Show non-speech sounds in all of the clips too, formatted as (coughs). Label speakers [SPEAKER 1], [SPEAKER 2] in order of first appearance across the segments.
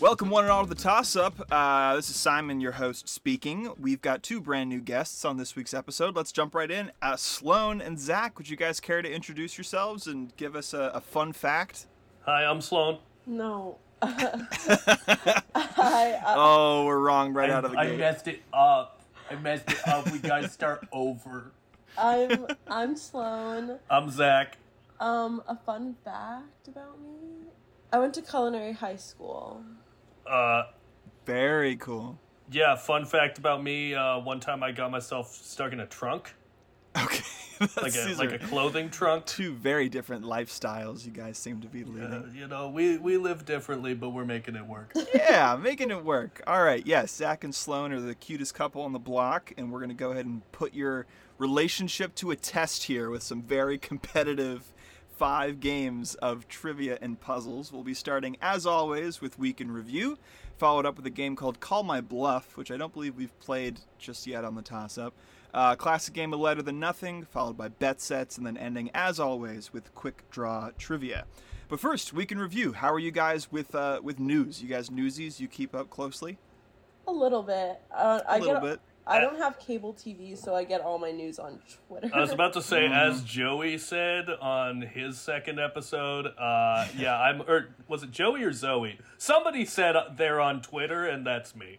[SPEAKER 1] Welcome, one and all, to the toss up. Uh, this is Simon, your host, speaking. We've got two brand new guests on this week's episode. Let's jump right in. Uh, Sloan and Zach, would you guys care to introduce yourselves and give us a, a fun fact?
[SPEAKER 2] Hi, I'm Sloan.
[SPEAKER 1] (laughs)
[SPEAKER 3] No. (laughs) I, uh,
[SPEAKER 1] Oh, we're wrong right out of the
[SPEAKER 2] I
[SPEAKER 1] gate.
[SPEAKER 2] messed it up. I messed it up. We
[SPEAKER 1] (laughs)
[SPEAKER 2] gotta start over.
[SPEAKER 3] I'm I'm Sloan.
[SPEAKER 2] I'm Zach.
[SPEAKER 3] Um, a fun fact about me: I went to culinary high school.
[SPEAKER 2] Uh,
[SPEAKER 1] Very cool. (laughs)
[SPEAKER 2] yeah, fun fact about me. Uh, one time I got myself stuck in a trunk,
[SPEAKER 1] Okay. (laughs) That's,
[SPEAKER 2] like a
[SPEAKER 1] these
[SPEAKER 2] like
[SPEAKER 1] are
[SPEAKER 2] a clothing trunk.
[SPEAKER 1] two very different lifestyles you guys seem to be leading.
[SPEAKER 2] Uh, you know, we we live differently, but we're making it work.
[SPEAKER 1] yeah, making it work. All right, yes, Zach and Sloan are the cutest couple on the block, and we're going to go ahead and put your relationship to a test here with some very (laughs) competitive five games of trivia and puzzles. We'll be starting, as always, with Week in Review, followed up with a game called Call My Bluff, which I don't believe we've played just yet on the toss up. Uh, classic game of Lighter Than Nothing, followed by Bet Sets, and then ending, as always, with Quick Draw Trivia. But first, week in review. How are you guys with uh, with news? You guys newsies, you keep up closely.
[SPEAKER 3] A little bit. Uh,
[SPEAKER 1] A
[SPEAKER 3] I
[SPEAKER 1] little
[SPEAKER 3] get.
[SPEAKER 1] bit.
[SPEAKER 3] I don't have cable TV, so I get all my news on Twitter. (laughs)
[SPEAKER 2] I was about to say,
[SPEAKER 1] Mm.
[SPEAKER 2] as Joey said on his second episode, uh, yeah, I'm, or was it Joey or Zoe? Somebody said uh, they're on Twitter, and that's me.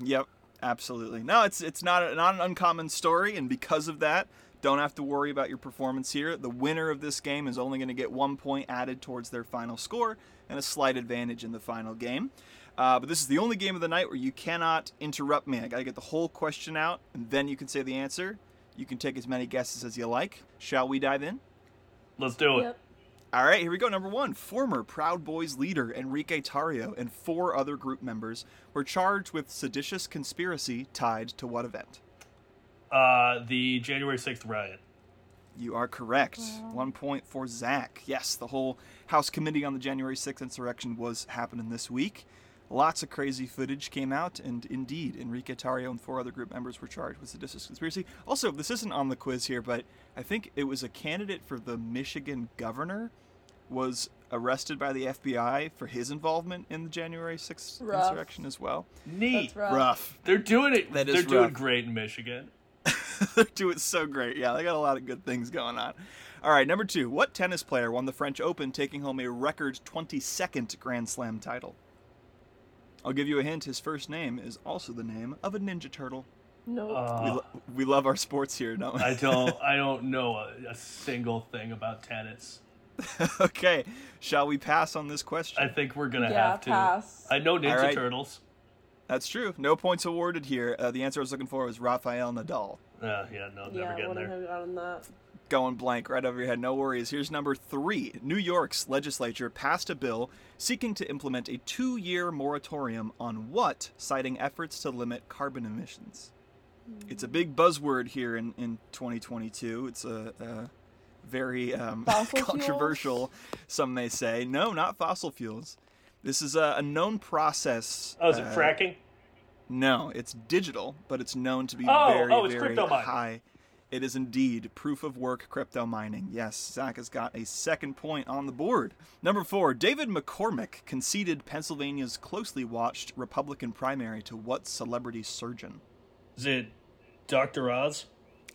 [SPEAKER 1] Yep, absolutely. No, it's it's not a, not an uncommon story, and because of that, don't have to worry about your performance here. The winner of this game is only going to get one point added towards their final score and a slight advantage in the final game. Uh, but this is the only game of the night where you cannot interrupt me. I got to get the whole question out, and then you can say the answer. You can take as many guesses as you like. Shall we dive in?
[SPEAKER 2] Let's do it.
[SPEAKER 3] Yep.
[SPEAKER 1] All right, here we go. Number one, former Proud Boys leader Enrique Tario and four other group members were charged with seditious conspiracy tied to what event?
[SPEAKER 2] Uh, the January sixth riot.
[SPEAKER 1] You are correct. One point for Zach. Yes, the whole House Committee on the January 6th insurrection was happening this week. Lots of crazy footage came out, and indeed, Enrique Tario and four other group members were charged with seditious conspiracy. Also, this isn't on the quiz here, but I think it was a candidate for the Michigan governor was arrested by the FBI for his involvement in the January 6th
[SPEAKER 3] Rough.
[SPEAKER 1] insurrection as well.
[SPEAKER 2] Neat.
[SPEAKER 3] That's rough.
[SPEAKER 1] Rough.
[SPEAKER 2] They're doing it.
[SPEAKER 1] That is
[SPEAKER 2] They're
[SPEAKER 1] rough.
[SPEAKER 2] doing great in Michigan.
[SPEAKER 1] They're (laughs) doing so great. Yeah, they got a lot of good things going on. All right, number two. What tennis player won the French Open, taking home a record 22nd Grand Slam title? I'll give you a hint. His first name is also the name of a Ninja Turtle.
[SPEAKER 3] Nope.
[SPEAKER 1] we,
[SPEAKER 2] Uh,
[SPEAKER 1] lo- we love our sports here, don't we?
[SPEAKER 2] I don't. I don't know a, a single thing about tennis.
[SPEAKER 1] (laughs) okay, shall we pass on this question?
[SPEAKER 2] I think we're gonna
[SPEAKER 3] Yeah,
[SPEAKER 2] have to.
[SPEAKER 3] pass.
[SPEAKER 2] I know
[SPEAKER 1] All
[SPEAKER 2] Ninja
[SPEAKER 1] right.
[SPEAKER 2] Turtles.
[SPEAKER 1] That's true. No points awarded here. Uh, the answer I was looking for was Rafael Nadal.
[SPEAKER 2] Uh, yeah, no, never
[SPEAKER 3] yeah, I
[SPEAKER 2] getting
[SPEAKER 3] wouldn't
[SPEAKER 2] there.
[SPEAKER 3] have gotten that.
[SPEAKER 1] going blank right over your head. No worries. Here's number three. New York's legislature passed a bill seeking to implement a two year moratorium on what, citing efforts to limit carbon emissions. It's a big buzzword here in, in 2022. It's a, a very um, (laughs)
[SPEAKER 3] Fossil fuels?
[SPEAKER 1] controversial, some may say. No, not fossil fuels. This is a, a known process.
[SPEAKER 2] Oh, is it
[SPEAKER 1] uh,
[SPEAKER 2] fracking?
[SPEAKER 1] no, it's digital, but it's known to be
[SPEAKER 2] Oh,
[SPEAKER 1] very,
[SPEAKER 2] oh, it's
[SPEAKER 1] very
[SPEAKER 2] crypto mining.
[SPEAKER 1] high. It is indeed proof of work crypto mining. Yes, Zach has got a second point on the board. Number four, David McCormick conceded Pennsylvania's closely watched Republican primary to what celebrity surgeon?
[SPEAKER 2] Is it Doctor Oz?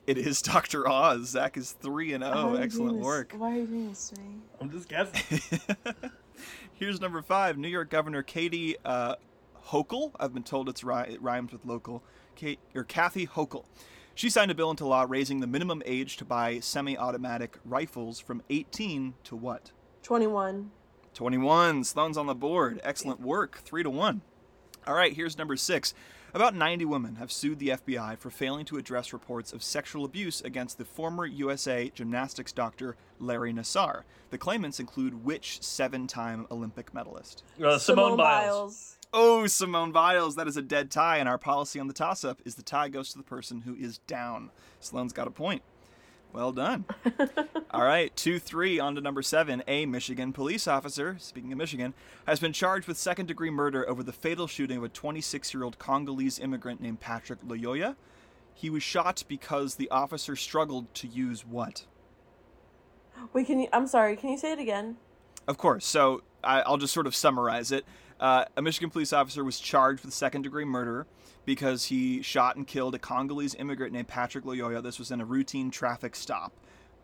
[SPEAKER 1] It is (laughs) Dr. Oz. Zach is 3 and
[SPEAKER 3] Why are
[SPEAKER 1] 0.
[SPEAKER 3] you
[SPEAKER 1] Oh, Excellent
[SPEAKER 3] doing this-
[SPEAKER 1] work.
[SPEAKER 3] Why are you doing this to me?
[SPEAKER 2] I'm just guessing.
[SPEAKER 1] (laughs) Here's number five New York Governor Katie uh, Hochul. I've been told it's ri- it rhymes with local. Kate, or Kathy Hochul. She signed a bill into law raising the minimum age to buy semi automatic rifles from 18 to what?
[SPEAKER 3] Twenty-one.
[SPEAKER 1] 21. Sloan's on the board. Excellent work. 3 to 1. All right, here's number six. About 90 women have sued the FBI for failing to address reports of sexual abuse against the former USA gymnastics doctor Larry Nassar. The claimants include which seven time Olympic medalist?
[SPEAKER 2] Uh, Simone, Biles.
[SPEAKER 1] Oh, Simone Biles, that is a dead tie, and our policy on the toss up is the tie goes to the person who is down. Sloan's got a point. Well done. All right, 2 3 on to number 7. A Michigan police officer, speaking of Michigan, has been charged with second degree murder over the fatal shooting of a 26 year old Congolese immigrant named Patrick Loyoya. He was shot because the officer struggled to use what?
[SPEAKER 3] Wait, can you? I'm sorry. Can you say it again?
[SPEAKER 1] Of course. So I, I'll just sort of summarize it. Uh, a Michigan police officer was charged with second degree murder because he shot and killed a Congolese immigrant named Patrick Loyoya. This was in a routine traffic stop.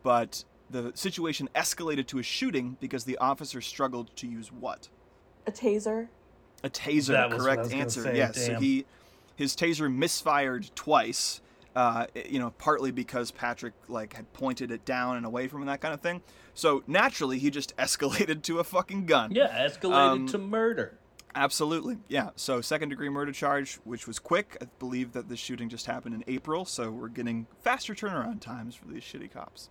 [SPEAKER 1] But the situation escalated to a shooting because the officer struggled to use what?
[SPEAKER 3] A taser.
[SPEAKER 1] A taser,
[SPEAKER 2] That was what I
[SPEAKER 1] correct
[SPEAKER 2] was gonna
[SPEAKER 1] answer.
[SPEAKER 2] say,
[SPEAKER 1] yes. So
[SPEAKER 2] damn.
[SPEAKER 1] he his taser misfired twice. Uh, you know, partly because Patrick like had pointed it down and away from him, that kind of thing. So naturally, he just (laughs) escalated to a fucking gun.
[SPEAKER 4] Yeah, escalated
[SPEAKER 1] Um,
[SPEAKER 4] to murder.
[SPEAKER 1] Absolutely. Yeah. So second degree murder charge, which was quick. I believe that this shooting just happened in April, so we're getting faster turnaround times for these shitty cops.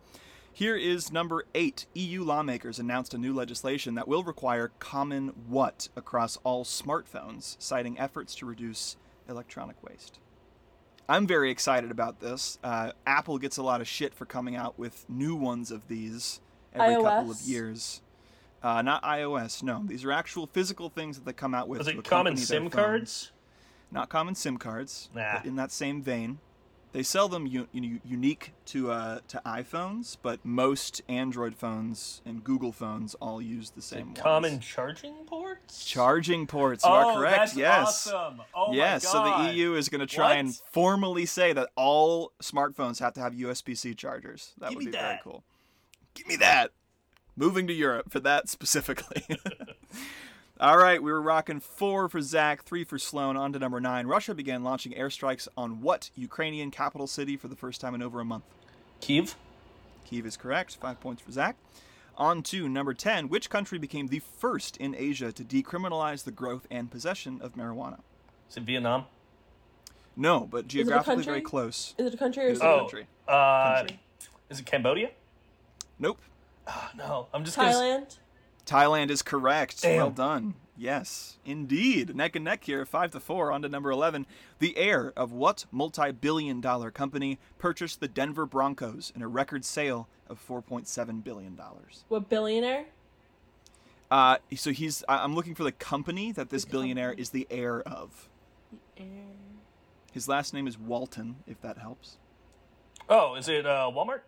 [SPEAKER 1] Here is number eight. EU lawmakers announced a new legislation that will require common what across all smartphones, citing efforts to reduce electronic waste. I'm very excited about this. Uh, Apple gets a lot of shit for coming out with new ones of these every couple of
[SPEAKER 3] iOS?
[SPEAKER 1] years. Uh, not iOS, no. These are actual physical things that they come out with.
[SPEAKER 4] Was
[SPEAKER 1] to
[SPEAKER 4] it common
[SPEAKER 1] accompany their
[SPEAKER 4] SIM
[SPEAKER 1] phone.
[SPEAKER 4] cards?
[SPEAKER 1] Not common SIM cards.
[SPEAKER 4] Nah.
[SPEAKER 1] But in that same vein, they sell them u- u- unique to uh, to iPhones, but most Android phones and Google phones all use the same ones.
[SPEAKER 4] Common charging ports?
[SPEAKER 1] charging ports. You
[SPEAKER 2] Oh,
[SPEAKER 1] are correct.
[SPEAKER 2] that's
[SPEAKER 1] yes.
[SPEAKER 2] awesome. Oh
[SPEAKER 1] yes.
[SPEAKER 2] my
[SPEAKER 1] So
[SPEAKER 2] god.
[SPEAKER 1] the E EU is going to try and
[SPEAKER 2] What?
[SPEAKER 1] formally say that all smartphones have to have USB-C chargers. That
[SPEAKER 4] Give
[SPEAKER 1] would
[SPEAKER 4] me
[SPEAKER 1] be very
[SPEAKER 4] that.
[SPEAKER 1] cool. Give me that. Moving to Europe for that
[SPEAKER 2] (laughs)
[SPEAKER 1] specifically. All right, we were rocking four for Zach, three for Sloan. On to number nine. Russia began launching airstrikes on what Ukrainian capital city for the first time in over a month?
[SPEAKER 4] Kiev?
[SPEAKER 1] Kiev is correct. Five points for Zach. On to number 10. Which country became the first in Asia to decriminalize the growth and possession of marijuana?
[SPEAKER 4] Is it Vietnam?
[SPEAKER 1] No, but
[SPEAKER 3] it a
[SPEAKER 1] geographically very
[SPEAKER 3] country?
[SPEAKER 1] close.
[SPEAKER 3] Is it a country or
[SPEAKER 1] It's
[SPEAKER 3] is
[SPEAKER 1] a
[SPEAKER 4] Oh,
[SPEAKER 1] country.
[SPEAKER 4] uh,
[SPEAKER 1] Country.
[SPEAKER 4] is it Cambodia?
[SPEAKER 1] Nope.
[SPEAKER 4] Oh, no, I'm just gonna. s-
[SPEAKER 3] Thailand?
[SPEAKER 1] Thailand is correct.
[SPEAKER 4] Damn.
[SPEAKER 1] Well done. Yes, indeed. Neck and neck here, 5 to 4, on to number 11. The heir of what multi billion dollar company purchased the Denver Broncos in a record sale of $4.7 billion?
[SPEAKER 3] What billionaire?
[SPEAKER 1] Uh, so he's, I- I'm looking for the company that this billionaire is the heir of. His last name is Walton, if that helps.
[SPEAKER 4] Oh, is it uh, Walmart?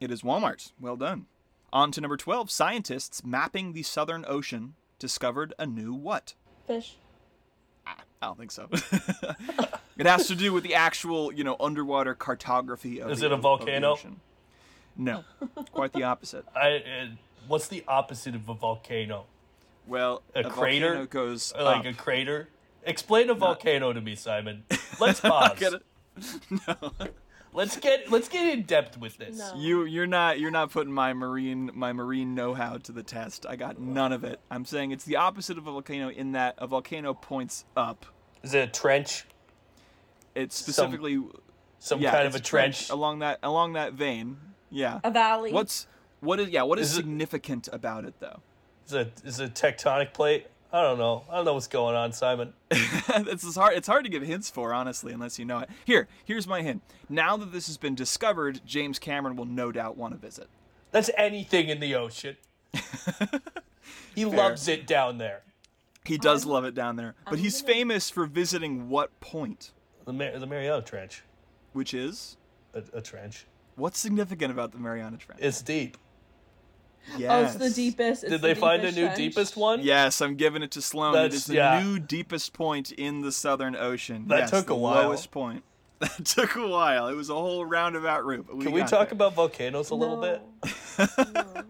[SPEAKER 1] It is Walmart. Well done. On to number 12. Scientists mapping the Southern Ocean discovered a new what?
[SPEAKER 3] Fish.
[SPEAKER 1] I don't think so. (laughs) it has to do with the actual, you know, underwater cartography of
[SPEAKER 4] Is
[SPEAKER 1] the-
[SPEAKER 4] it a
[SPEAKER 1] of the
[SPEAKER 4] volcano?
[SPEAKER 1] ocean. No, quite the opposite.
[SPEAKER 4] I. Uh, what's the opposite of a volcano?
[SPEAKER 1] Well,
[SPEAKER 4] (laughs) A crater?
[SPEAKER 1] volcano goes
[SPEAKER 4] Uh, Like a (laughs)
[SPEAKER 1] up. (laughs)
[SPEAKER 4] crater? Explain a volcano to me, Simon. Let's pause.
[SPEAKER 1] Get it?
[SPEAKER 4] Let's get let's get in depth with this.
[SPEAKER 3] No.
[SPEAKER 1] You you're not you're not putting my marine my marine know-how to the test. I got none of it. I'm saying it's the opposite of a volcano in that a volcano points up.
[SPEAKER 4] Is it a trench?
[SPEAKER 1] It's specifically
[SPEAKER 4] Some
[SPEAKER 1] yeah,
[SPEAKER 4] kind
[SPEAKER 1] it's
[SPEAKER 4] of a trench?
[SPEAKER 1] along that along that vein. Yeah.
[SPEAKER 3] A valley.
[SPEAKER 1] What's what is yeah, what is,
[SPEAKER 4] Is it-
[SPEAKER 1] significant about it though?
[SPEAKER 4] Is it is it a tectonic plate? I don't know. I don't know what's going on, Simon.
[SPEAKER 1] (laughs) it's it's hard. It's hard to give hints for, honestly, unless you know it. Here, here's my hint. Now that this has been discovered, James Cameron will no doubt want to visit. (laughs)
[SPEAKER 4] That's anything in the ocean. he loves it down there.
[SPEAKER 1] He does love it down there, but
[SPEAKER 3] Um, I'm
[SPEAKER 1] he's
[SPEAKER 3] gonna-
[SPEAKER 1] famous for visiting what point?
[SPEAKER 4] The Mar- the Mariana Trench,
[SPEAKER 1] Which is
[SPEAKER 4] a, a trench.
[SPEAKER 1] what's significant about the Mariana Trench?
[SPEAKER 4] It's deep.
[SPEAKER 3] Oh, it's the
[SPEAKER 1] Yes.
[SPEAKER 3] deepest. it's
[SPEAKER 4] Did
[SPEAKER 3] the
[SPEAKER 4] they find a
[SPEAKER 3] deepest
[SPEAKER 4] new
[SPEAKER 3] trench.
[SPEAKER 4] deepest one?
[SPEAKER 1] Yes, I'm giving it to Sloan. it
[SPEAKER 4] That's-
[SPEAKER 1] is the
[SPEAKER 4] yeah.
[SPEAKER 1] new deepest point in the Southern Ocean.
[SPEAKER 4] That
[SPEAKER 1] Yes,
[SPEAKER 4] took a
[SPEAKER 1] the
[SPEAKER 4] while.
[SPEAKER 1] Lowest point. (laughs) That took a while. It was a whole roundabout route. but
[SPEAKER 4] Can we
[SPEAKER 1] got
[SPEAKER 4] talk
[SPEAKER 1] there.
[SPEAKER 4] about volcanoes a little bit?
[SPEAKER 3] No.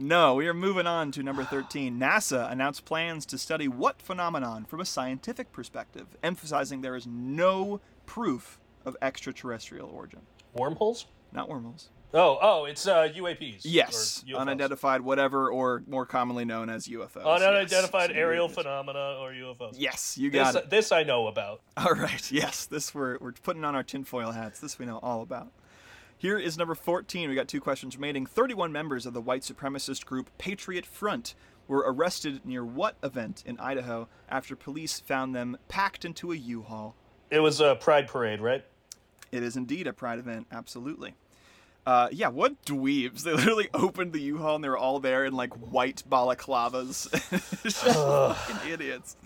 [SPEAKER 1] No, we are moving on to number 13. NASA announced plans to study what phenomenon from a scientific perspective, emphasizing there is no proof of extraterrestrial origin.
[SPEAKER 4] Wormholes?
[SPEAKER 1] Not wormholes.
[SPEAKER 4] Oh, oh, it's uh, UAPs.
[SPEAKER 1] Yes,
[SPEAKER 4] or UFOs.
[SPEAKER 1] unidentified whatever, or more commonly known as UFOs.
[SPEAKER 4] Unidentified
[SPEAKER 1] yes.
[SPEAKER 4] aerial phenomena or UFOs.
[SPEAKER 1] Yes, you got
[SPEAKER 4] This,
[SPEAKER 1] it.
[SPEAKER 4] this I know about.
[SPEAKER 1] (laughs) All right, yes, this we're, we're putting on our tinfoil hats. This we know all about. Here is number 14. We got two questions remaining. 31 members of the white supremacist group Patriot Front were arrested near what event in Idaho after police found them packed into a U haul?
[SPEAKER 4] It was a pride parade, right?
[SPEAKER 1] It is indeed a pride event, absolutely. Uh, yeah, what dweebs? (laughs) They literally opened the U-Haul and they were all there in like white balaclavas. (laughs) It's just fucking idiots.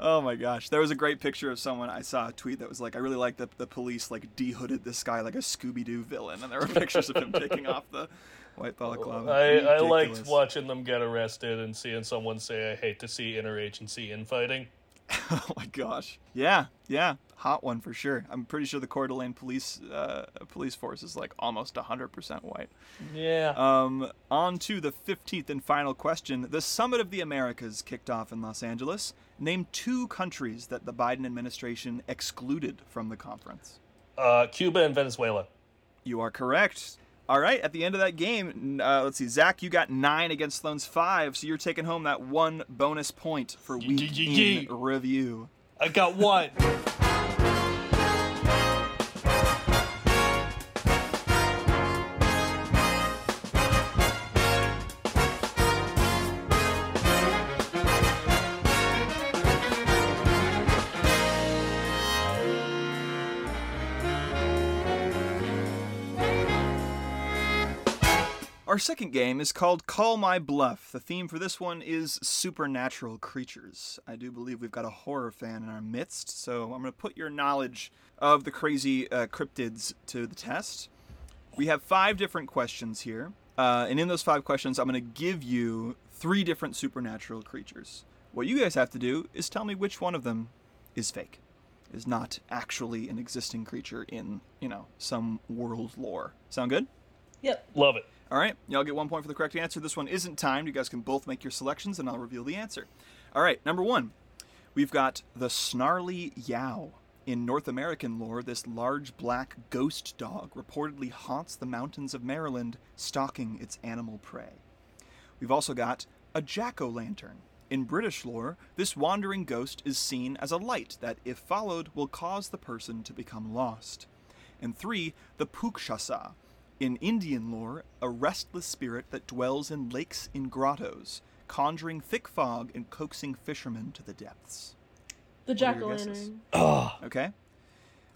[SPEAKER 1] Oh my gosh, there was a great picture of someone I saw a tweet that was like, "I really like that the police like dehooded this guy like a Scooby Doo villain," and there were (laughs) pictures of him taking off the white balaclava.
[SPEAKER 2] I, I liked
[SPEAKER 1] Oh, Ridiculous.
[SPEAKER 2] watching them get arrested and seeing someone say, I hate to see interagency infighting.
[SPEAKER 1] (laughs) Oh my gosh. Yeah, yeah, hot one for sure. I'm pretty sure the Coeur d'Alene police uh, police force is like almost 100% white.
[SPEAKER 4] Yeah.
[SPEAKER 1] Um, on to the 15th and final question. The Summit of the Americas kicked off in Los Angeles. Name two countries that the Biden administration excluded from the conference.
[SPEAKER 2] Uh, Cuba and Venezuela.
[SPEAKER 1] You are correct. All right, at the end of that game, n- uh, let's see, Zach, you got nine against Sloan's five, so you're taking home that one bonus point for week
[SPEAKER 4] yee, yee.
[SPEAKER 1] in review.
[SPEAKER 4] I got one.
[SPEAKER 1] Our second game is called Call My Bluff. The theme for this one is supernatural creatures. I do believe we've got a horror fan in our midst, so I'm going to put your knowledge of the crazy uh, cryptids to the test. We have five different questions here, uh, and in those five questions, I'm going to give you three different supernatural creatures. What you guys have to do is tell me which one of them is fake, is not actually an existing creature in, you know, some world lore. Sound good?
[SPEAKER 3] Yep.
[SPEAKER 2] (laughs) Love it.
[SPEAKER 1] All right, y'all get one point for the correct answer. This one isn't timed. You guys can both make your selections, and I'll reveal the answer. All right, number one, we've got the snarly yow. In North American lore, this large black ghost dog reportedly haunts the mountains of Maryland, stalking its animal prey. We've also got a jack o' lantern. In British lore, this wandering ghost is seen as a light that, if followed, will cause the person to become lost. And three, the Pukshasa. In Indian lore, a restless spirit that dwells in lakes and grottos, conjuring thick fog and coaxing fishermen to the depths.
[SPEAKER 3] The
[SPEAKER 1] are
[SPEAKER 3] jack o'
[SPEAKER 1] your guesses?
[SPEAKER 3] lantern.
[SPEAKER 1] Okay?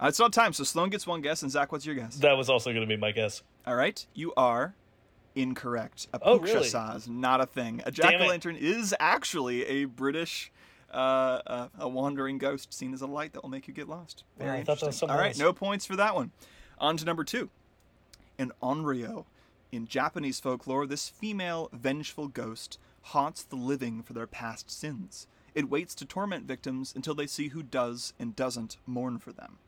[SPEAKER 1] Uh, it's not time, so Sloan gets one guess, and Zach, what's your guess?
[SPEAKER 2] That was also going to be my guess.
[SPEAKER 1] All right, you are incorrect. A
[SPEAKER 2] Oh, really?
[SPEAKER 1] pukshasa is not a thing. A
[SPEAKER 2] Damn
[SPEAKER 1] jack
[SPEAKER 2] it.
[SPEAKER 1] o' lantern is actually a British, uh, uh, a wandering ghost seen as a light that will make you get lost. Very
[SPEAKER 2] I thought that was
[SPEAKER 1] interesting. All
[SPEAKER 2] something
[SPEAKER 1] right,
[SPEAKER 2] else.
[SPEAKER 1] no points for that one. On to number two, an onryo. In Japanese folklore, this female vengeful ghost haunts the living for their past sins. It waits to torment victims until they see who does and doesn't mourn for them.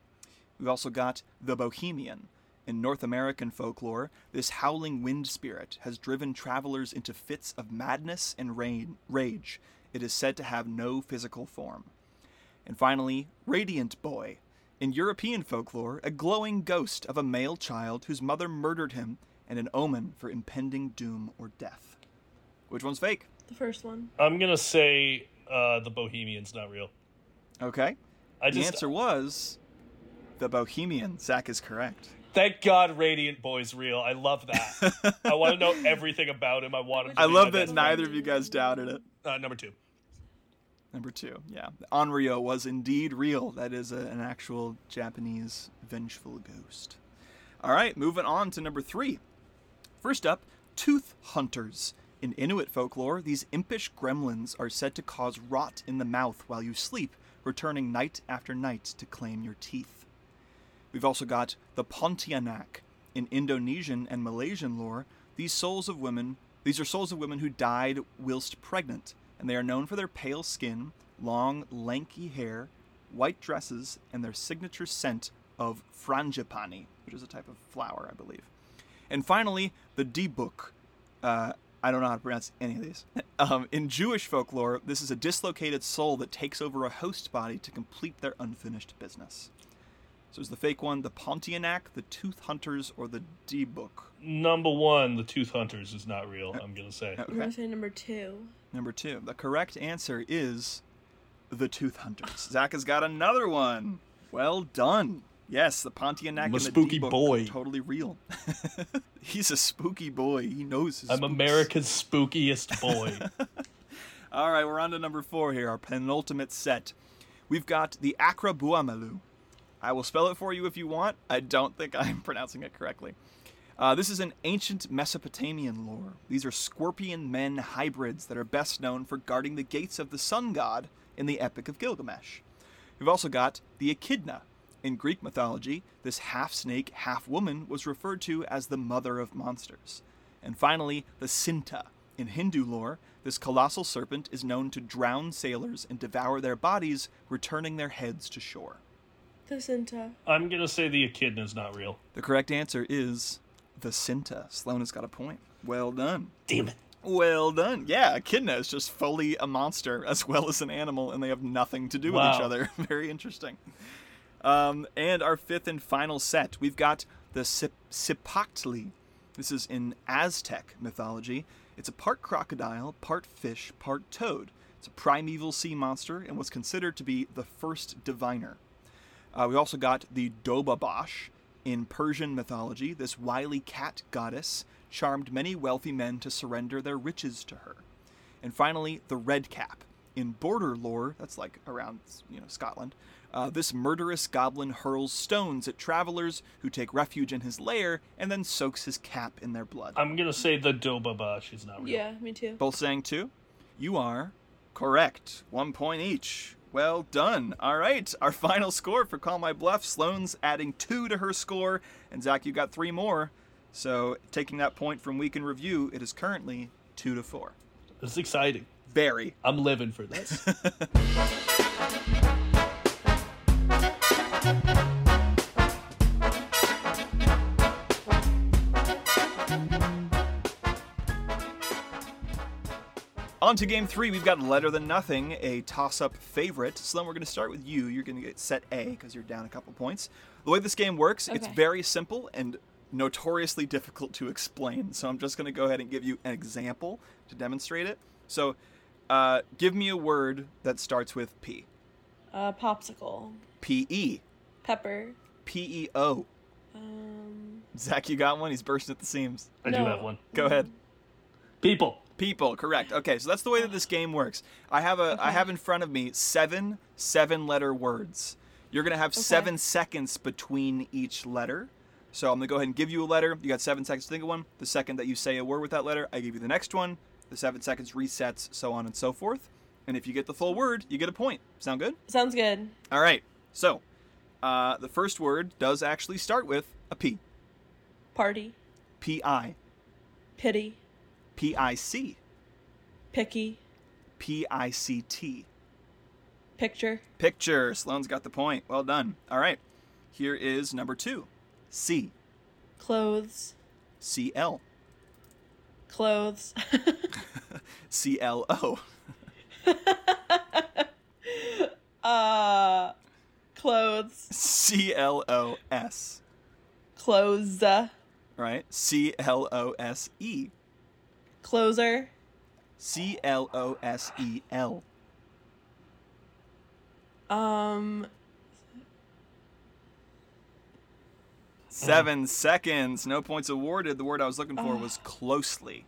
[SPEAKER 1] We've also got the Bohemian. In North American folklore, this howling wind spirit has driven travelers into fits of madness and rain, rage. It is said to have no physical form. And finally, Radiant Boy. In European folklore, a glowing ghost of a male child whose mother murdered him and an omen for impending doom or death. Which one's fake?
[SPEAKER 3] The first one.
[SPEAKER 2] I'm going to say uh, the Bohemian's not real.
[SPEAKER 1] Okay.
[SPEAKER 2] I
[SPEAKER 1] The
[SPEAKER 2] just.
[SPEAKER 1] answer was the Bohemian. Zach is correct.
[SPEAKER 2] Thank God Radiant Boy's real. I love that. I want to know everything about him. I want him to
[SPEAKER 1] I
[SPEAKER 2] be
[SPEAKER 1] love
[SPEAKER 2] my
[SPEAKER 1] that
[SPEAKER 2] best friend.
[SPEAKER 1] neither of you guys doubted it.
[SPEAKER 2] Uh, number two.
[SPEAKER 1] Number two, yeah. Onryo was indeed real. That is a, an actual Japanese vengeful ghost. All right, moving on to number three. First up, tooth hunters. In Inuit folklore, these impish gremlins are said to cause rot in the mouth while you sleep, returning night after night to claim your teeth. We've also got the Pontianak. In Indonesian and Malaysian lore, these souls of women these are souls of women who died whilst pregnant, and they are known for their pale skin, long, lanky hair, white dresses, and their signature scent of frangipani, which is a type of flower, I believe. And finally, the D-Book. Uh, I don't know how to pronounce any of these. (laughs) Um, in Jewish folklore, this is a dislocated soul that takes over a host body to complete their unfinished business. So is the fake one the Pontianak, the Tooth Hunters, or the D Book?
[SPEAKER 2] Number one, the Tooth Hunters is not real. I'm going to say.
[SPEAKER 1] Okay.
[SPEAKER 3] I'm gonna say number two.
[SPEAKER 1] Number two. The correct answer is the Tooth Hunters. Zach has got another one. Well done. Yes, the Pontianak
[SPEAKER 4] I'm a
[SPEAKER 1] and the
[SPEAKER 4] spooky
[SPEAKER 1] D-Book
[SPEAKER 4] boy.
[SPEAKER 1] are totally real. (laughs) He's a spooky boy. He knows his
[SPEAKER 2] I'm
[SPEAKER 1] spooks.
[SPEAKER 2] America's spookiest boy.
[SPEAKER 1] (laughs) All right, we're on to number four here, our penultimate set. We've got the Accra (laughs) Buamalu. I will spell it for you if you want. I don't think I'm pronouncing it correctly. Uh, this is an ancient Mesopotamian lore. These are scorpion men hybrids that are best known for guarding the gates of the sun god in the Epic of Gilgamesh. We've also got the Echidna. In Greek mythology, this half snake, half woman was referred to as the mother of monsters. And finally, the Sinta. In Hindu lore, this colossal serpent is known to drown sailors and devour their bodies, returning their heads to shore.
[SPEAKER 3] The Sinta.
[SPEAKER 2] I'm gonna say the echidna's not real.
[SPEAKER 1] The correct answer is the Sinta. Sloan has got a point. Well done.
[SPEAKER 4] Damn it.
[SPEAKER 1] Well done. Yeah, Echidna is just fully a monster as well as an animal, and they have nothing to do with each
[SPEAKER 2] Wow.
[SPEAKER 1] other. (laughs) Very interesting. Um, and our fifth and final set, we've got the Sip- Sipactli. This is in Aztec mythology. It's a part crocodile, part fish, part toad. It's a primeval sea monster and was considered to be the first diviner. Uh, we also got the Dobabash. In Persian mythology, this wily cat goddess charmed many wealthy men to surrender their riches to her. And finally, the Red Cap. In border lore, that's like around you know Scotland, uh, this murderous goblin hurls stones at travelers who take refuge in his lair and then soaks his cap in their blood.
[SPEAKER 2] I'm gonna say the Dobabash is not real.
[SPEAKER 3] Yeah, me too.
[SPEAKER 1] Both saying two? You are correct. One point each. Well done. All right. Our final score for Call My Bluff. Sloan's adding two to her score, and Zach, you got three more. So taking that point from week in review, it is currently two to four.
[SPEAKER 2] It's exciting.
[SPEAKER 1] Very.
[SPEAKER 2] I'm living for this.
[SPEAKER 1] On to game three, we've got Letter Than Nothing, a toss up favorite. Sloan, we're going to start with you. You're going to get set A because you're down a couple points. The way this game works, it's
[SPEAKER 3] Okay.
[SPEAKER 1] very simple and notoriously difficult to explain. So I'm just going to go ahead and give you an example to demonstrate it. So uh, give me a word that starts with P
[SPEAKER 3] Uh, popsicle.
[SPEAKER 1] P E
[SPEAKER 3] Pepper.
[SPEAKER 1] P E O.
[SPEAKER 3] Um,
[SPEAKER 1] Zach, you got one? He's bursting at the seams.
[SPEAKER 2] I do
[SPEAKER 3] No.
[SPEAKER 2] have one.
[SPEAKER 1] Go ahead.
[SPEAKER 2] People.
[SPEAKER 1] People, correct. Okay, so that's the way that this game works. I have a I have in front of me seven seven letter words. You're gonna have seven seconds between each letter. So I'm gonna go ahead and give you a letter. You got seven seconds to think of one. The second that you say a word with that letter, I give you the next one. The seven seconds resets, so on and so forth. And if you get the full word, you get a point. Sound good?
[SPEAKER 3] sounds good.
[SPEAKER 1] All right. So uh, the first word does actually start with a P.
[SPEAKER 3] Party.
[SPEAKER 1] P I
[SPEAKER 3] Pity.
[SPEAKER 1] P I C
[SPEAKER 3] Picky.
[SPEAKER 1] P I C T.
[SPEAKER 3] Picture.
[SPEAKER 1] Picture. Sloan's got the point. Well done. All right. Here is number two C.
[SPEAKER 3] Clothes.
[SPEAKER 1] C L.
[SPEAKER 3] Clothes. (laughs)
[SPEAKER 1] C L O.
[SPEAKER 3] uh, clothes.
[SPEAKER 1] C L O S.
[SPEAKER 3] Clothes.
[SPEAKER 1] Right? C L O S E.
[SPEAKER 3] Closer.
[SPEAKER 1] C L O S E L.
[SPEAKER 3] Um,
[SPEAKER 1] Seven seconds. No points awarded. The word I was looking for was closely.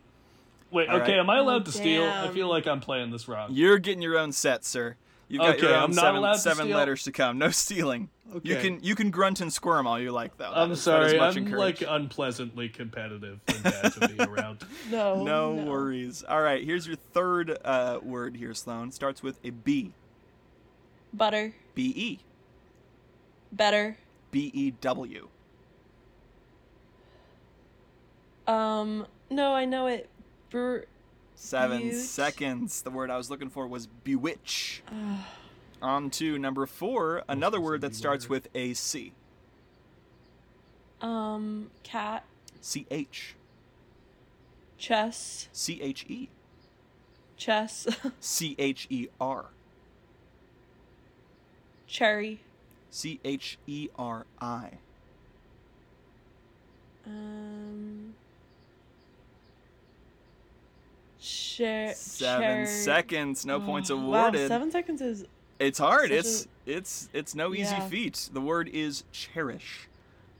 [SPEAKER 2] Wait,
[SPEAKER 1] All
[SPEAKER 2] okay,
[SPEAKER 1] right.
[SPEAKER 2] am I allowed to
[SPEAKER 3] Oh,
[SPEAKER 2] steal? I
[SPEAKER 3] damn.
[SPEAKER 2] feel like I'm playing this wrong.
[SPEAKER 1] You're getting your own set, sir. You've got
[SPEAKER 2] Okay,
[SPEAKER 1] your own
[SPEAKER 2] I'm not
[SPEAKER 1] seven,
[SPEAKER 2] allowed to
[SPEAKER 1] seven
[SPEAKER 2] steal?
[SPEAKER 1] letters to come. No stealing. You
[SPEAKER 2] Okay.
[SPEAKER 1] can you can grunt and squirm all you like though. That
[SPEAKER 2] I'm
[SPEAKER 1] is- that is
[SPEAKER 2] sorry,
[SPEAKER 1] much
[SPEAKER 2] I'm
[SPEAKER 1] encouraged.
[SPEAKER 2] like unpleasantly competitive and bad to
[SPEAKER 1] (laughs)
[SPEAKER 2] be around.
[SPEAKER 3] Oh, no.
[SPEAKER 1] no, worries. All right, here's your third uh, word here, Sloan. Starts with a B.
[SPEAKER 3] Butter.
[SPEAKER 1] B E.
[SPEAKER 3] Better.
[SPEAKER 1] B E W.
[SPEAKER 3] Um, no, I know it. Bre-
[SPEAKER 1] Seven
[SPEAKER 3] Bewitch.
[SPEAKER 1] seconds. The word I was looking for was bewitch.
[SPEAKER 3] uh,
[SPEAKER 1] On to number four, another
[SPEAKER 2] it's a
[SPEAKER 1] word that
[SPEAKER 2] B
[SPEAKER 1] starts
[SPEAKER 2] word.
[SPEAKER 1] with a C.
[SPEAKER 3] um, cat.
[SPEAKER 1] C H.
[SPEAKER 3] Chess.
[SPEAKER 1] C H E.
[SPEAKER 3] Chess. (laughs)
[SPEAKER 1] C H E R.
[SPEAKER 3] Cherry.
[SPEAKER 1] C H E R I.
[SPEAKER 3] Um. Cher-
[SPEAKER 1] Seven
[SPEAKER 3] cher-
[SPEAKER 1] seconds. No points
[SPEAKER 3] Oh,
[SPEAKER 1] awarded.
[SPEAKER 3] Wow, seven seconds is
[SPEAKER 1] It's hard.
[SPEAKER 3] Such a-
[SPEAKER 1] It's it's it's no easy
[SPEAKER 3] Yeah.
[SPEAKER 1] feat. The word is cherish.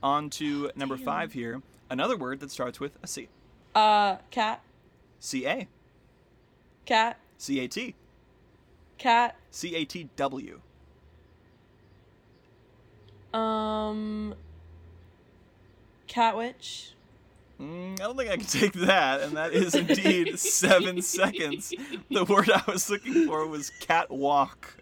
[SPEAKER 1] On to number
[SPEAKER 3] Damn.
[SPEAKER 1] five here. Another word that starts with a C.
[SPEAKER 3] uh cat,
[SPEAKER 1] C A.
[SPEAKER 3] cat,
[SPEAKER 1] C A T.
[SPEAKER 3] cat.
[SPEAKER 1] C A T W.
[SPEAKER 3] Um. Cat witch,
[SPEAKER 1] Mm, I don't think I can (laughs) take that. And that is indeed seven
[SPEAKER 3] (laughs)
[SPEAKER 1] seconds. The word I was looking for was catwalk.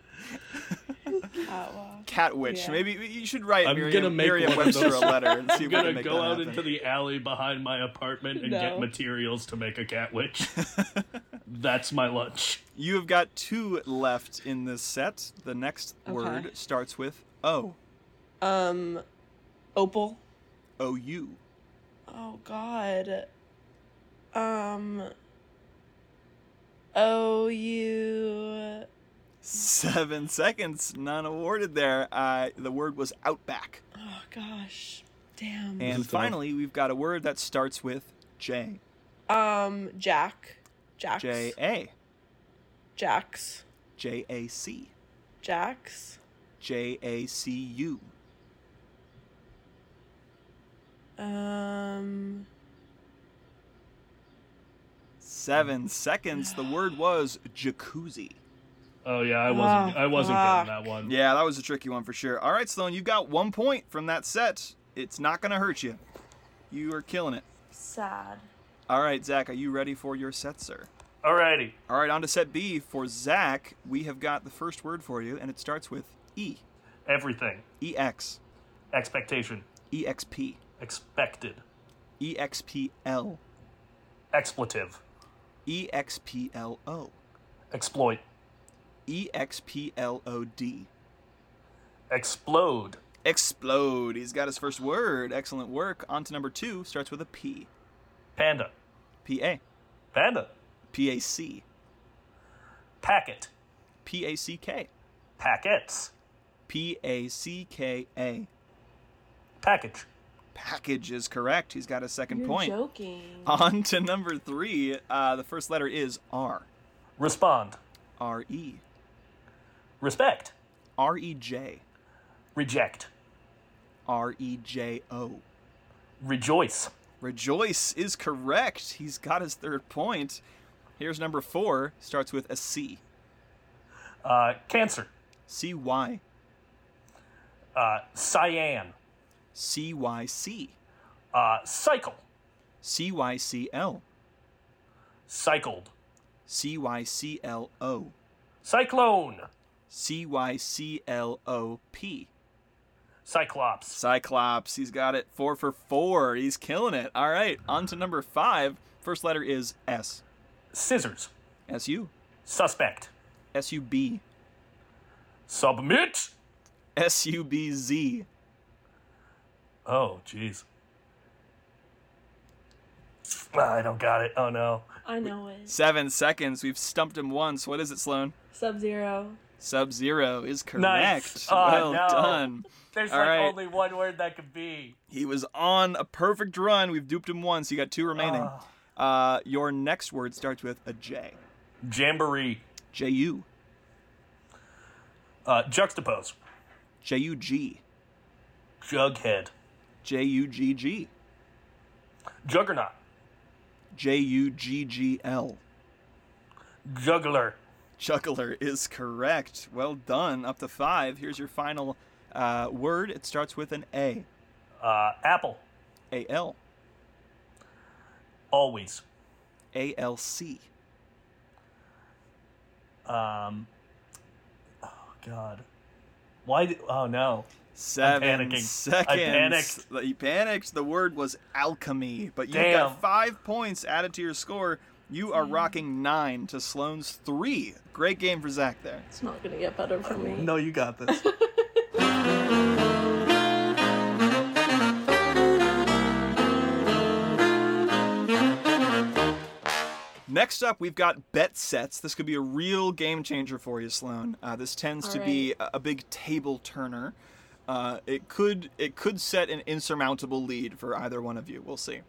[SPEAKER 3] Catwalk.
[SPEAKER 1] Cat witch.
[SPEAKER 3] Yeah.
[SPEAKER 1] Maybe you should write
[SPEAKER 2] I'm
[SPEAKER 1] Miriam,
[SPEAKER 2] gonna make
[SPEAKER 1] Miriam
[SPEAKER 2] one of
[SPEAKER 1] Webster a
[SPEAKER 2] those.
[SPEAKER 1] letter
[SPEAKER 2] (laughs)
[SPEAKER 1] and see if
[SPEAKER 2] I'm
[SPEAKER 1] we can
[SPEAKER 2] gonna
[SPEAKER 1] make
[SPEAKER 2] go
[SPEAKER 1] that
[SPEAKER 2] out
[SPEAKER 1] happen.
[SPEAKER 2] into the alley behind my apartment and get
[SPEAKER 3] No.
[SPEAKER 2] materials to make a cat
[SPEAKER 1] (laughs)
[SPEAKER 2] witch. That's my lunch.
[SPEAKER 1] You have got two left in this set. The next
[SPEAKER 3] Okay.
[SPEAKER 1] word starts with O.
[SPEAKER 3] Um, opal.
[SPEAKER 1] O U.
[SPEAKER 3] Oh God. Um. oh, O U.
[SPEAKER 1] Seven seconds, none awarded there. Uh, the word was outback.
[SPEAKER 3] Oh gosh. Damn.
[SPEAKER 1] And
[SPEAKER 4] is tough.
[SPEAKER 1] finally, we've got a word that starts with J.
[SPEAKER 3] um, Jack. Jacks.
[SPEAKER 1] J A.
[SPEAKER 3] Jacks.
[SPEAKER 1] J A C.
[SPEAKER 3] Jacks.
[SPEAKER 1] J A C U.
[SPEAKER 3] Um.
[SPEAKER 1] Seven seconds. The word was jacuzzi.
[SPEAKER 2] Oh yeah, I wasn't.
[SPEAKER 3] Oh,
[SPEAKER 2] I wasn't
[SPEAKER 3] fuck.
[SPEAKER 2] getting that one.
[SPEAKER 1] Yeah, that was a tricky one for sure. All right, Sloan, you've got one point from that set. It's not going to hurt you. You are killing it.
[SPEAKER 3] Sad.
[SPEAKER 1] All right, Zach, are you ready for your set, sir?
[SPEAKER 2] Alrighty.
[SPEAKER 1] All right, on to set B. For Zach, we have got the first word for you, and it starts with E.
[SPEAKER 2] Everything.
[SPEAKER 1] EX.
[SPEAKER 2] Expectation.
[SPEAKER 1] E EXP.
[SPEAKER 2] Expected.
[SPEAKER 1] E EXPL.
[SPEAKER 2] Expletive.
[SPEAKER 1] E EXPLO.
[SPEAKER 2] Exploit.
[SPEAKER 1] E EXPLOD.
[SPEAKER 2] Explode.
[SPEAKER 1] Explode. He's got his first word. Excellent work. On to number two. Starts with a P.
[SPEAKER 2] Panda.
[SPEAKER 1] PA.
[SPEAKER 2] Panda.
[SPEAKER 1] PAC.
[SPEAKER 2] Packet.
[SPEAKER 1] PACK.
[SPEAKER 2] Packets.
[SPEAKER 1] PACKA.
[SPEAKER 2] Package.
[SPEAKER 1] Package is correct. He's got a 2nd
[SPEAKER 3] You're
[SPEAKER 1] point. Uh,
[SPEAKER 3] joking.
[SPEAKER 1] On to number three. Uh, the first letter is R.
[SPEAKER 2] Respond.
[SPEAKER 1] R E.
[SPEAKER 2] Respect.
[SPEAKER 1] R E J.
[SPEAKER 2] Reject.
[SPEAKER 1] R E J O.
[SPEAKER 2] Rejoice.
[SPEAKER 1] Rejoice is correct. He's got his third point. Here's number four. Starts with a C.
[SPEAKER 2] Uh, cancer.
[SPEAKER 1] C Y.
[SPEAKER 2] Uh, cyan.
[SPEAKER 1] C Y C.
[SPEAKER 2] Uh, cycle.
[SPEAKER 1] C Y C L.
[SPEAKER 2] Cycled.
[SPEAKER 1] C Y C L O.
[SPEAKER 2] Cyclone.
[SPEAKER 1] C Y C L O P.
[SPEAKER 2] Cyclops.
[SPEAKER 1] Cyclops. He's got it. Four for four. He's killing it. All right. On to number five. First letter is S.
[SPEAKER 2] Scissors.
[SPEAKER 1] S U.
[SPEAKER 2] Suspect.
[SPEAKER 1] S U B.
[SPEAKER 2] Submit.
[SPEAKER 1] S U B Z.
[SPEAKER 2] Oh, jeez. Ah, I don't got it. Oh no.
[SPEAKER 3] I know it.
[SPEAKER 1] Seven seconds. We've stumped him once. What is it, Sloan?
[SPEAKER 3] Sub zero.
[SPEAKER 1] Sub Zero is correct.
[SPEAKER 2] Nice. (laughs) Oh,
[SPEAKER 1] well
[SPEAKER 2] no.
[SPEAKER 1] done.
[SPEAKER 2] There's
[SPEAKER 1] All
[SPEAKER 2] like
[SPEAKER 1] right.
[SPEAKER 2] only one word that could be.
[SPEAKER 1] He was on a perfect run. We've duped him once. You got two remaining.
[SPEAKER 2] Oh.
[SPEAKER 1] Uh, your next word starts with a J.
[SPEAKER 2] Jamboree.
[SPEAKER 1] J U.
[SPEAKER 2] Uh, juxtapose.
[SPEAKER 1] J U G.
[SPEAKER 2] Jughead.
[SPEAKER 1] J U G G.
[SPEAKER 2] Juggernaut.
[SPEAKER 1] J U G G L.
[SPEAKER 2] Juggler.
[SPEAKER 1] Chuckler is correct. Well done. Up to five. Here's your final uh, word. It starts with an A.
[SPEAKER 2] Uh, apple.
[SPEAKER 1] A L.
[SPEAKER 2] Always.
[SPEAKER 1] A L C.
[SPEAKER 2] Um. Oh God. Why? Do, oh no.
[SPEAKER 1] 7
[SPEAKER 2] panicking. I
[SPEAKER 1] seconds.
[SPEAKER 2] panicked.
[SPEAKER 1] You panicked. The word was alchemy, but you
[SPEAKER 2] Damn.
[SPEAKER 1] got five points added to your score. You are rocking nine to Sloan's three. Great game for Zach there.
[SPEAKER 3] It's not gonna get better for me.
[SPEAKER 2] you got this.
[SPEAKER 1] Next up, we've got bet sets. This could be a real game changer for you, Sloan. Uh, this tends to be a a big table turner. Uh, it could it could set an insurmountable lead for either one of you. We'll see.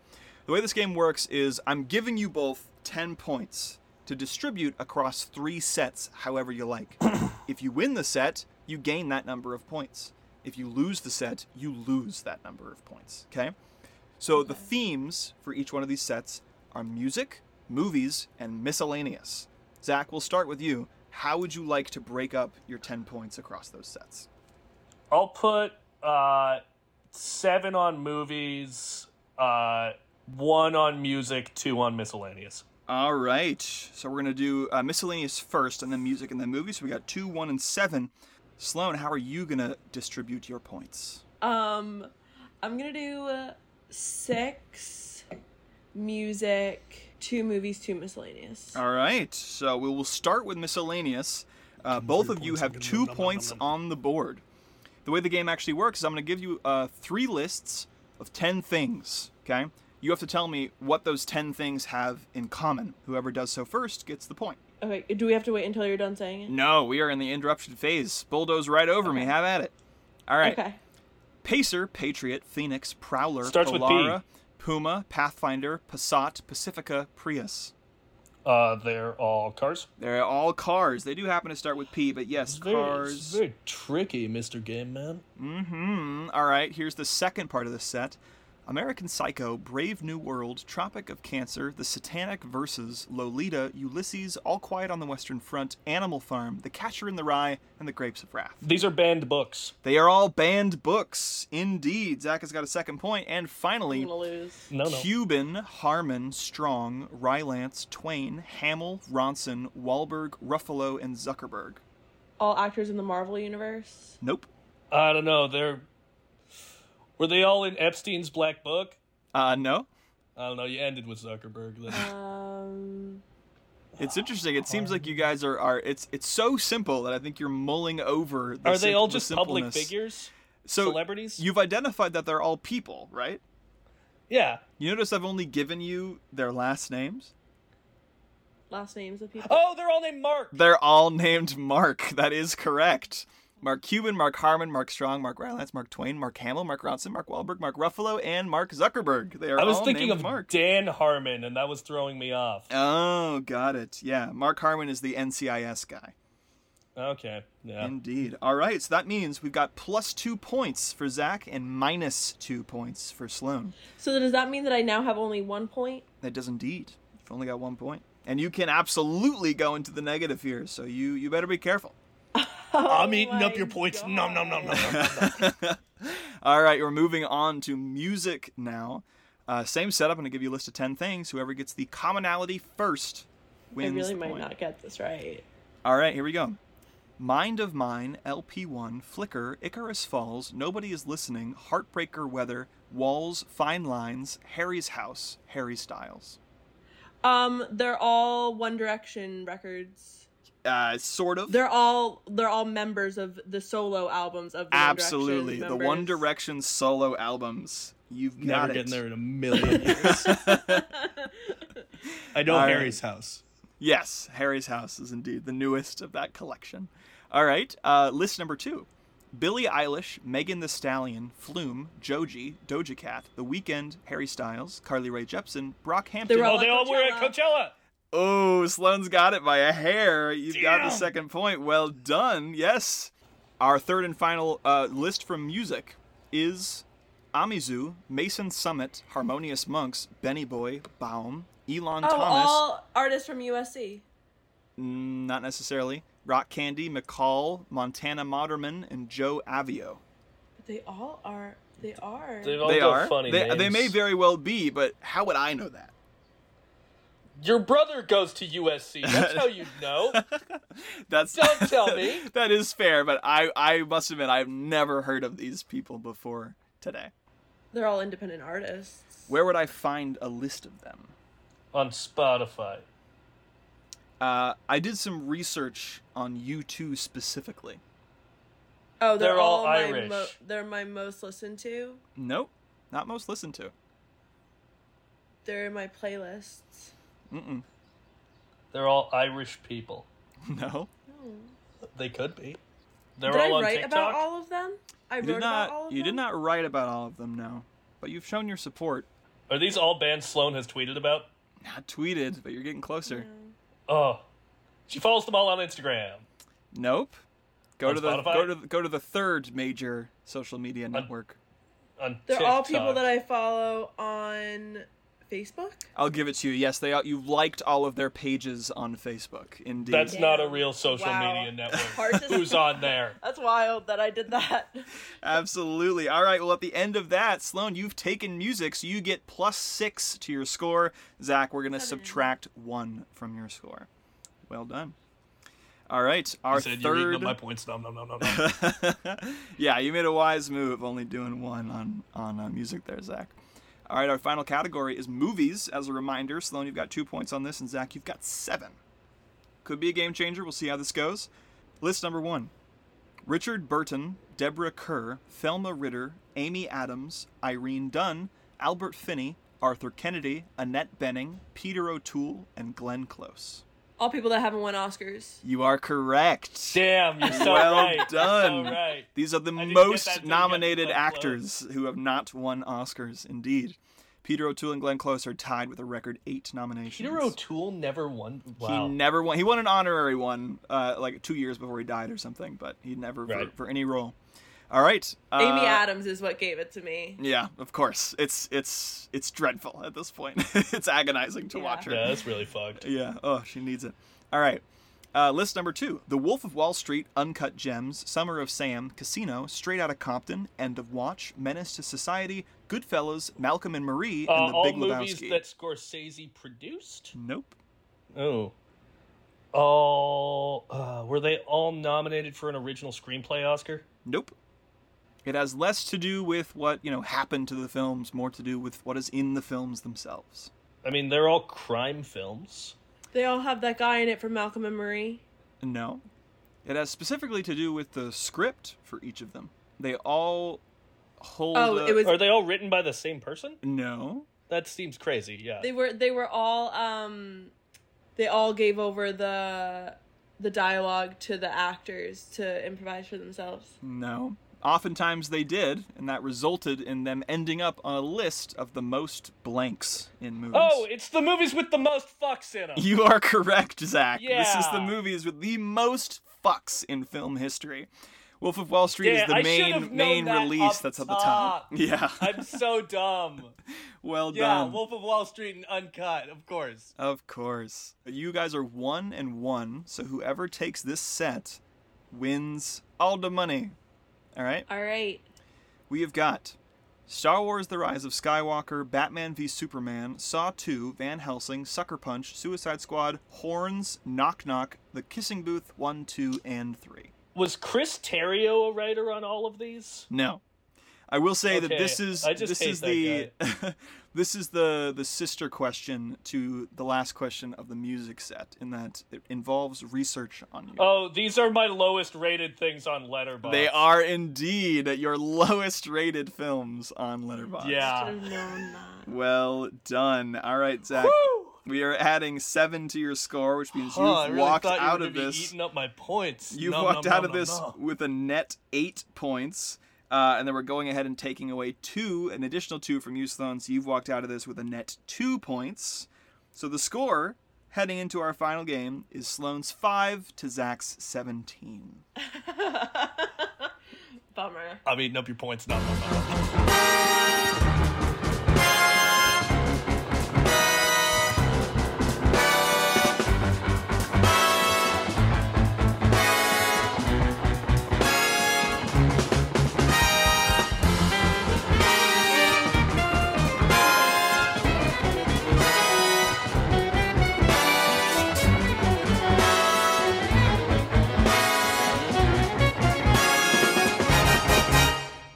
[SPEAKER 1] The way this game works is I'm giving you both ten points to distribute across three sets, however you like. (coughs) if you win the set, you gain that number of points. If you lose the set, you lose that number of points. Okay. So the themes for each one of these sets are music, movies, and miscellaneous. Zach, we'll start with you. How would you like to break up your 10 points across those sets?
[SPEAKER 2] I'll put uh, seven on movies, uh, one on music, two on miscellaneous.
[SPEAKER 1] All right. So we're going to do uh, miscellaneous first and then music and then movies. So we got two, one, and seven. Sloan, how are you going to distribute your points?
[SPEAKER 3] Um, I'm gonna do uh, six music, two movies, two miscellaneous.
[SPEAKER 1] All right. So we will start with miscellaneous. Uh, both of you have two points on the board. The way the game actually works is I'm going to give you uh, three lists of 10 things. Okay. You have to tell me what those 10 things have in common. Whoever does so first gets the point.
[SPEAKER 3] Okay, do we have to wait until you're done saying it?
[SPEAKER 1] No, we are in the interruption phase. Bulldoze right over me. Have at it. All right.
[SPEAKER 3] Okay.
[SPEAKER 1] Pacer, Patriot, Phoenix, Prowler,
[SPEAKER 2] Starts with P.
[SPEAKER 1] Polara, Puma, Pathfinder, Passat, Pacifica, Prius.
[SPEAKER 2] Uh, they're all cars.
[SPEAKER 1] They're all cars. They do happen to start with P, but yes, cars.
[SPEAKER 4] very tricky, Mr. Game Man.
[SPEAKER 1] Mm, All right, here's the second part of the set American Psycho, Brave New World, Tropic of Cancer, The Satanic Verses, Lolita, Ulysses, All Quiet on the Western Front, Animal Farm, The Catcher in the Rye, and The Grapes of Wrath.
[SPEAKER 2] These are banned books.
[SPEAKER 1] They are all banned books. Indeed. Zach has got a second point. And
[SPEAKER 3] I'm
[SPEAKER 1] finally,
[SPEAKER 3] gonna lose.
[SPEAKER 2] No, no.
[SPEAKER 1] Cuban, Harmon, Strong, Rylance, Twain, Hamill, Ronson, Wahlberg, Ruffalo, and Zuckerberg.
[SPEAKER 3] All actors in the Marvel universe.
[SPEAKER 1] Nope.
[SPEAKER 2] I don't know. They're were they all in Epstein's black book?
[SPEAKER 1] Uh, no.
[SPEAKER 2] I don't know. You ended with Zuckerberg. That's-
[SPEAKER 3] Um,
[SPEAKER 1] It's interesting. It seems like you guys are, are it's it's so simple that I think you're mulling over. The
[SPEAKER 2] Are they
[SPEAKER 1] sim-
[SPEAKER 2] all
[SPEAKER 1] the
[SPEAKER 2] just public
[SPEAKER 1] simpleness.
[SPEAKER 2] figures?
[SPEAKER 1] So
[SPEAKER 2] Celebrities?
[SPEAKER 1] You've identified that they're all people, right?
[SPEAKER 2] yeah.
[SPEAKER 1] You notice I've only given you their last names.
[SPEAKER 3] last names of people.
[SPEAKER 2] Oh, they're all named Mark.
[SPEAKER 1] They're all named Mark. That is correct. Mark Cuban, Mark Harmon, Mark Strong, Mark Rylance, Mark Twain, Mark Hamill, Mark Ronson, Mark Wahlberg, Mark Ruffalo, and Mark Zuckerberg. They are
[SPEAKER 2] I was
[SPEAKER 1] all
[SPEAKER 2] thinking
[SPEAKER 1] named
[SPEAKER 2] of
[SPEAKER 1] Mark.
[SPEAKER 2] Dan Harmon, and that was throwing me off.
[SPEAKER 1] oh, got it. Yeah, Mark Harmon is the NCIS guy.
[SPEAKER 2] Okay. Yeah.
[SPEAKER 1] Indeed. All right, so that means we've got plus two points for Zach and minus two points for Sloan.
[SPEAKER 3] So does that mean that I now have only one point?
[SPEAKER 1] That does indeed. You've only got one point. And you can absolutely go into the negative here, so you, you better be careful. (laughs)
[SPEAKER 4] I'm
[SPEAKER 3] Oh
[SPEAKER 4] eating up
[SPEAKER 3] my
[SPEAKER 4] your points. Nom nom nom nom. nom.
[SPEAKER 1] All right, we're moving on to music now. Uh, same setup. I'm going to give you a list of 10 things. Whoever gets the commonality first
[SPEAKER 3] I
[SPEAKER 1] wins.
[SPEAKER 3] really
[SPEAKER 1] the
[SPEAKER 3] might
[SPEAKER 1] point.
[SPEAKER 3] not get this right.
[SPEAKER 1] All right, here we go. Mind of Mine, LP1, Flicker, Icarus Falls, Nobody is Listening, Heartbreaker Weather, Walls, Fine Lines, Harry's House, Harry Styles.
[SPEAKER 3] Um, they're all One Direction records.
[SPEAKER 1] Uh, sort of.
[SPEAKER 3] They're all they're all members of the solo albums of the
[SPEAKER 1] Absolutely.
[SPEAKER 3] One
[SPEAKER 1] the
[SPEAKER 3] Direction
[SPEAKER 1] One
[SPEAKER 3] members.
[SPEAKER 1] Direction solo albums. You've got
[SPEAKER 4] Never
[SPEAKER 1] it.
[SPEAKER 4] getting there in a
[SPEAKER 1] (laughs)
[SPEAKER 4] million years. I know
[SPEAKER 1] All right.
[SPEAKER 4] Harry's house.
[SPEAKER 1] Yes, Harry's House is indeed the newest of that collection. All right, uh, list number two. Billie Eilish, Megan the Stallion, Flume, Joji, Doja Cat, The Weeknd, Harry Styles, Carly Rae Jepsen, Brockhampton.
[SPEAKER 3] They're
[SPEAKER 2] Oh,
[SPEAKER 3] all-
[SPEAKER 2] they all were at Coachella.
[SPEAKER 1] Oh, Sloan's got it by a hair. You've got the
[SPEAKER 4] Damn.
[SPEAKER 1] second point. Well done. Yes. Our third and final uh, list from music is Amizu, Mason Summit, Harmonious Monks, Benny Boy, Baum, Elon
[SPEAKER 3] Oh,
[SPEAKER 1] Thomas.
[SPEAKER 3] all artists from USC.
[SPEAKER 1] Mm, not necessarily. Rock Candy, McCall, Montana Moderman, and Joe Avio.
[SPEAKER 3] But they all are. They are.
[SPEAKER 2] They've all
[SPEAKER 1] they
[SPEAKER 2] got
[SPEAKER 1] are.
[SPEAKER 2] funny
[SPEAKER 1] they,
[SPEAKER 2] names.
[SPEAKER 1] they may very well be, but how would I know that?
[SPEAKER 2] Your brother goes to USC. That's
[SPEAKER 1] (laughs)
[SPEAKER 2] how you know.
[SPEAKER 1] That's
[SPEAKER 2] Don't tell me.
[SPEAKER 1] (laughs) that is fair, but I I must admit I've never heard of these people before today.
[SPEAKER 3] They're all independent artists.
[SPEAKER 1] Where would I find a list of them?
[SPEAKER 2] On Spotify.
[SPEAKER 1] Uh, I did some research on U2 specifically.
[SPEAKER 3] Oh, they're,
[SPEAKER 2] They're all
[SPEAKER 3] all, my
[SPEAKER 2] Irish.
[SPEAKER 3] Mo- they're my most listened to.
[SPEAKER 1] Nope, not most listened to.
[SPEAKER 3] They're in my playlists.
[SPEAKER 1] Mm-mm. (laughs)
[SPEAKER 2] They're all Irish people.
[SPEAKER 1] No,
[SPEAKER 3] Oh.
[SPEAKER 2] They could be. They're
[SPEAKER 3] Did
[SPEAKER 2] all
[SPEAKER 3] I
[SPEAKER 2] on
[SPEAKER 3] write
[SPEAKER 2] TikTok.
[SPEAKER 3] about all of them? I
[SPEAKER 1] you
[SPEAKER 3] wrote
[SPEAKER 1] did
[SPEAKER 3] about all
[SPEAKER 1] not.
[SPEAKER 3] of
[SPEAKER 1] You
[SPEAKER 3] them.
[SPEAKER 1] did not write about all of them. No, but you've shown your support.
[SPEAKER 2] Are these all bands Sloan has tweeted about?
[SPEAKER 1] Not tweeted, but you're getting closer.
[SPEAKER 2] Oh. She follows them all on Instagram.
[SPEAKER 1] Nope. Go
[SPEAKER 2] On
[SPEAKER 1] to the
[SPEAKER 2] Spotify?
[SPEAKER 1] go to go to the third major social media network.
[SPEAKER 2] On
[SPEAKER 3] They're all people
[SPEAKER 2] TikTok.
[SPEAKER 3] that I follow on Facebook?
[SPEAKER 1] I'll give it to you. Yes, they you liked all of their pages on Facebook. Indeed.
[SPEAKER 2] That's
[SPEAKER 3] Damn.
[SPEAKER 2] not a real social
[SPEAKER 5] Wow.
[SPEAKER 2] media network.
[SPEAKER 5] Hard to-
[SPEAKER 2] Who's on there?
[SPEAKER 5] That's wild that I did that. (laughs)
[SPEAKER 1] Absolutely. All right. Well, at the end of that, Sloan, you've taken music, so you get plus six to your score. Zach, we're going to subtract one from your score. Well done. All right. Our
[SPEAKER 4] said you're eating up
[SPEAKER 1] third.
[SPEAKER 4] my points. No, no, no, no, no.
[SPEAKER 1] yeah, you made a wise move, only doing one on on uh, music there, Zach. All right. Our final category is movies. As a reminder, Sloan, you've got two points on this, and Zach, you've got seven. Could be a game changer. We'll see how this goes. List number one Richard Burton, Deborah Kerr, Thelma Ritter, Amy Adams, Irene Dunn, Albert Finney, Arthur Kennedy, Annette Benning, Peter O'Toole, and Glenn Close.
[SPEAKER 3] All people that haven't won Oscars.
[SPEAKER 1] You are correct.
[SPEAKER 2] Damn, you're so
[SPEAKER 1] Well
[SPEAKER 2] right. You're so
[SPEAKER 1] done.
[SPEAKER 2] right.
[SPEAKER 1] These are the
[SPEAKER 2] didn't get that
[SPEAKER 1] most
[SPEAKER 2] till you got
[SPEAKER 1] nominated
[SPEAKER 2] Glenn
[SPEAKER 1] actors who have not won Oscars, indeed. Peter O'Toole and Glenn Close are tied with a record eight nominations.
[SPEAKER 4] Peter O'Toole never won. Wow.
[SPEAKER 1] He never won. He won an honorary one, uh, like two years before he died or something, but he never
[SPEAKER 2] Right.
[SPEAKER 1] for, for any role. All right. Uh,
[SPEAKER 3] Amy Adams is what gave it to me.
[SPEAKER 1] Yeah, of course. It's it's it's dreadful at this point. (laughs) it's agonizing to
[SPEAKER 3] Yeah.
[SPEAKER 1] watch her.
[SPEAKER 2] Yeah, that's really fucked.
[SPEAKER 1] Yeah. Oh, she needs it. All right. Uh, list number two: The Wolf of Wall Street, Uncut Gems, Summer of Sam, Casino, Straight Outta Compton, End of Watch, Menace to Society, Goodfellas, Malcolm and Marie,
[SPEAKER 4] Uh,
[SPEAKER 1] and The
[SPEAKER 4] all
[SPEAKER 1] Big
[SPEAKER 4] movies
[SPEAKER 1] Lebowski.
[SPEAKER 4] that Scorsese produced.
[SPEAKER 1] Nope.
[SPEAKER 4] Oh. All uh, were they all nominated for an original screenplay Oscar?
[SPEAKER 1] Nope. It has less to do with what you know happened to the films, more to do with what is in the films themselves.
[SPEAKER 4] I mean, they're all crime films.
[SPEAKER 3] They all have that guy in it from Malcolm and Marie.
[SPEAKER 1] No. It has specifically to do with the script for each of them. They all hold.
[SPEAKER 3] Oh,
[SPEAKER 1] a-
[SPEAKER 3] it was-
[SPEAKER 4] Are they all written by the same person?
[SPEAKER 1] no.
[SPEAKER 4] That seems crazy. Yeah.
[SPEAKER 3] They were they were all um they all gave over the the dialogue to the actors to improvise for themselves.
[SPEAKER 1] No. Oftentimes they did, and that resulted in them ending up on a list of the most blanks in movies.
[SPEAKER 4] Oh, it's the movies with the most fucks in them.
[SPEAKER 1] you are correct, Zach. This is the
[SPEAKER 4] Yeah.
[SPEAKER 1] movies with the most fucks in film history. Wolf of Wall Street
[SPEAKER 4] Yeah,
[SPEAKER 1] is the
[SPEAKER 4] I should've
[SPEAKER 1] main
[SPEAKER 4] known
[SPEAKER 1] main
[SPEAKER 4] that
[SPEAKER 1] release
[SPEAKER 4] up
[SPEAKER 1] that's at the top. (laughs)
[SPEAKER 4] top.
[SPEAKER 1] Yeah.
[SPEAKER 4] I'm so
[SPEAKER 1] (laughs)
[SPEAKER 4] dumb.
[SPEAKER 1] well
[SPEAKER 4] Yeah,
[SPEAKER 1] done.
[SPEAKER 4] Wolf of Wall Street and Uncut, of course.
[SPEAKER 1] Of course. You guys are one and one, so whoever takes this set wins all the money. All right?
[SPEAKER 3] All right.
[SPEAKER 1] We have got Star Wars The Rise of Skywalker, Batman v Superman, Saw 2, Van Helsing, Sucker Punch, Suicide Squad, Horns, Knock Knock, The Kissing Booth 1, 2, and 3.
[SPEAKER 4] Was Chris Terrio a writer on all of these?
[SPEAKER 1] No. I will say that this
[SPEAKER 4] Okay,
[SPEAKER 1] is
[SPEAKER 4] I just
[SPEAKER 1] this
[SPEAKER 4] hate
[SPEAKER 1] is the
[SPEAKER 4] that
[SPEAKER 1] (laughs) this is the the sister question to the last question of the music set in that it involves research on you.
[SPEAKER 4] Oh, these are my lowest rated things on Letterboxd.
[SPEAKER 1] They are indeed your lowest rated films on Letterboxd.
[SPEAKER 4] Yeah.
[SPEAKER 3] Should have known
[SPEAKER 1] (laughs)
[SPEAKER 3] that.
[SPEAKER 1] Well done. All right, Zach. We are adding seven to your score, which means you've
[SPEAKER 4] Huh, I really
[SPEAKER 1] walked
[SPEAKER 4] thought you
[SPEAKER 1] out
[SPEAKER 4] were
[SPEAKER 1] of
[SPEAKER 4] gonna be
[SPEAKER 1] this.
[SPEAKER 4] Eating up my points.
[SPEAKER 1] You've
[SPEAKER 4] Nom,
[SPEAKER 1] walked
[SPEAKER 4] nom,
[SPEAKER 1] out
[SPEAKER 4] nom,
[SPEAKER 1] of this
[SPEAKER 4] nom, nom.
[SPEAKER 1] with a net eight points. Uh, and then we're going ahead and taking away two, an additional two from you, Sloan. So you've walked out of this with a net two points. So the score heading into our final game is Sloan's five to Zach's 17.
[SPEAKER 3] Bummer.
[SPEAKER 4] I'm eating up your points. Nom, nom, nom, nom.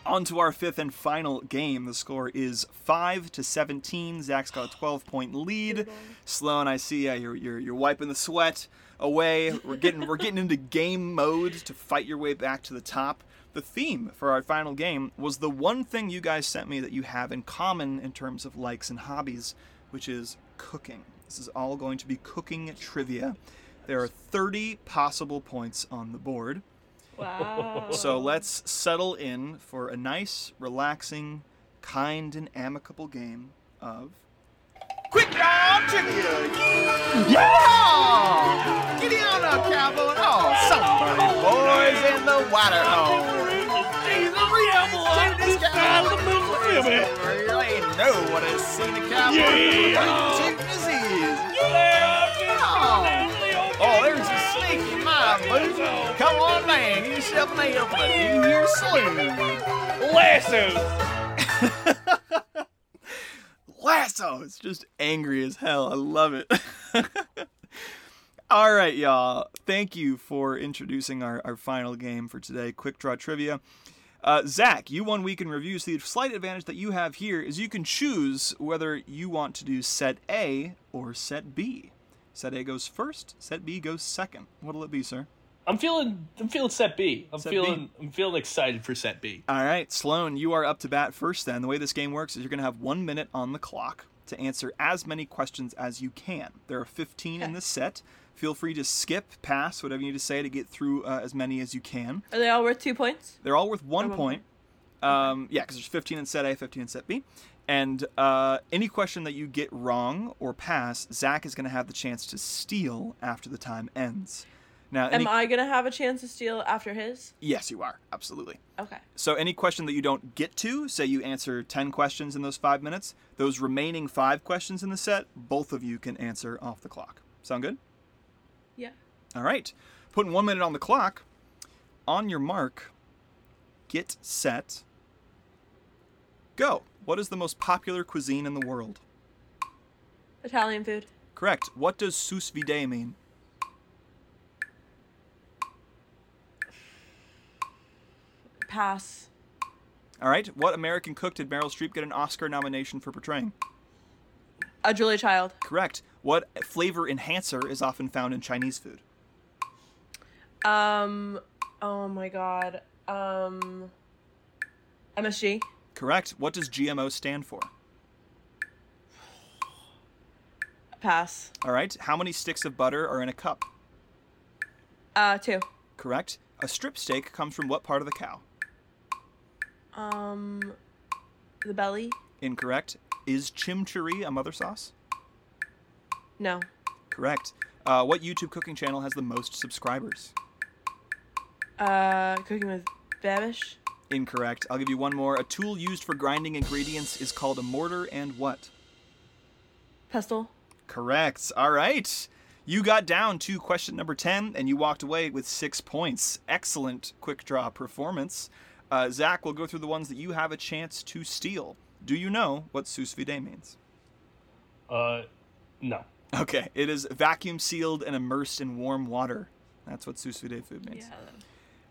[SPEAKER 1] On to our fifth and final game. The score is five to seventeen. Zach's got a twelve point lead. Sloan, I see. Yeah, you're you're, you're wiping the sweat away. We're getting we're getting into game mode to fight your way back to the top. The theme for our final game was the one thing you guys sent me that you have in common in terms of likes and hobbies, which is cooking. This is all going to be cooking trivia. There are 30 possible points on the board.
[SPEAKER 3] Wow.
[SPEAKER 1] So let's settle in for a nice, relaxing, kind, and amicable game of Quick Round Trivia! Yeah! Get in on a cowboy! Oh, somebody, boys in the water hole!
[SPEAKER 4] Jesus, the devil, I'm just out of the middle of it.
[SPEAKER 1] Related know what a scenic cowboy yeah. two disease. Oh, there's a snake in my boot. Come on, man, get yourself an apple in your sleeve.
[SPEAKER 2] Lassos!
[SPEAKER 1] Lasso, it's just angry as hell. I love it. (laughs) All right, y'all. Thank you for introducing our, our final game for today, Quick Draw Trivia. Uh, Zach, you won week in review, so the slight advantage that you have here is you can choose whether you want to do set A or set B. Set A goes first, set B goes second. What'll it be, sir?
[SPEAKER 4] I'm feeling I'm feeling set B. I'm
[SPEAKER 1] Set B.
[SPEAKER 4] feeling i I'm feeling excited for set B.
[SPEAKER 1] All right, Sloan, you are up to bat first then. The way this game works is you're going to have one minute on the clock to answer as many questions as you can. There are 15 in this set. Feel free to skip, pass, whatever you need to say to get through uh, as many as you can.
[SPEAKER 3] Are they all worth two points?
[SPEAKER 1] They're all worth one
[SPEAKER 3] Oh, one
[SPEAKER 1] point. Um, yeah, because there's 15 in set A, 15 in set B. And uh, any question that you get wrong or pass, Zach is going to have the chance to steal after the time ends. Now, any-
[SPEAKER 3] Am I gonna have a chance to steal after his?
[SPEAKER 1] yes, you are. Absolutely.
[SPEAKER 3] Okay.
[SPEAKER 1] So any question that you don't get to, say you answer 10 questions in those 5 minutes, those remaining 5 questions in the set, both of you can answer off the clock. Sound good?
[SPEAKER 3] Yeah.
[SPEAKER 1] All right. Putting 1 minute on the clock. On your mark, get set. Go. What is the most popular cuisine in the world?
[SPEAKER 3] Italian food.
[SPEAKER 1] Correct. What does sous vide mean?
[SPEAKER 3] Pass.
[SPEAKER 1] All right. What American cook did Meryl Streep get an Oscar nomination for portraying?
[SPEAKER 3] A Julia Child.
[SPEAKER 1] Correct. What flavor enhancer is often found in Chinese food?
[SPEAKER 3] Um. Oh my God. Um. MSG.
[SPEAKER 1] Correct. What does GMO stand for?
[SPEAKER 3] Pass.
[SPEAKER 1] All right. How many sticks of butter are in a cup?
[SPEAKER 3] Uh. Two.
[SPEAKER 1] Correct. A strip steak comes from what part of the cow?
[SPEAKER 3] Um. The belly.
[SPEAKER 1] Incorrect. Is chimichurri a mother sauce?
[SPEAKER 3] No.
[SPEAKER 1] Correct. Uh, what YouTube cooking channel has the most subscribers?
[SPEAKER 3] Uh. Cooking with Babish.
[SPEAKER 1] Incorrect. I'll give you one more. A tool used for grinding ingredients is called a mortar and what?
[SPEAKER 3] Pestle.
[SPEAKER 1] Correct. All right. You got down to question number 10 and you walked away with six points. Excellent quick draw performance. Uh, Zach will go through the ones that you have a chance to steal. Do you know what sous vide means?
[SPEAKER 2] Uh, no.
[SPEAKER 1] Okay, it is vacuum sealed and immersed in warm water. That's what sous vide food means.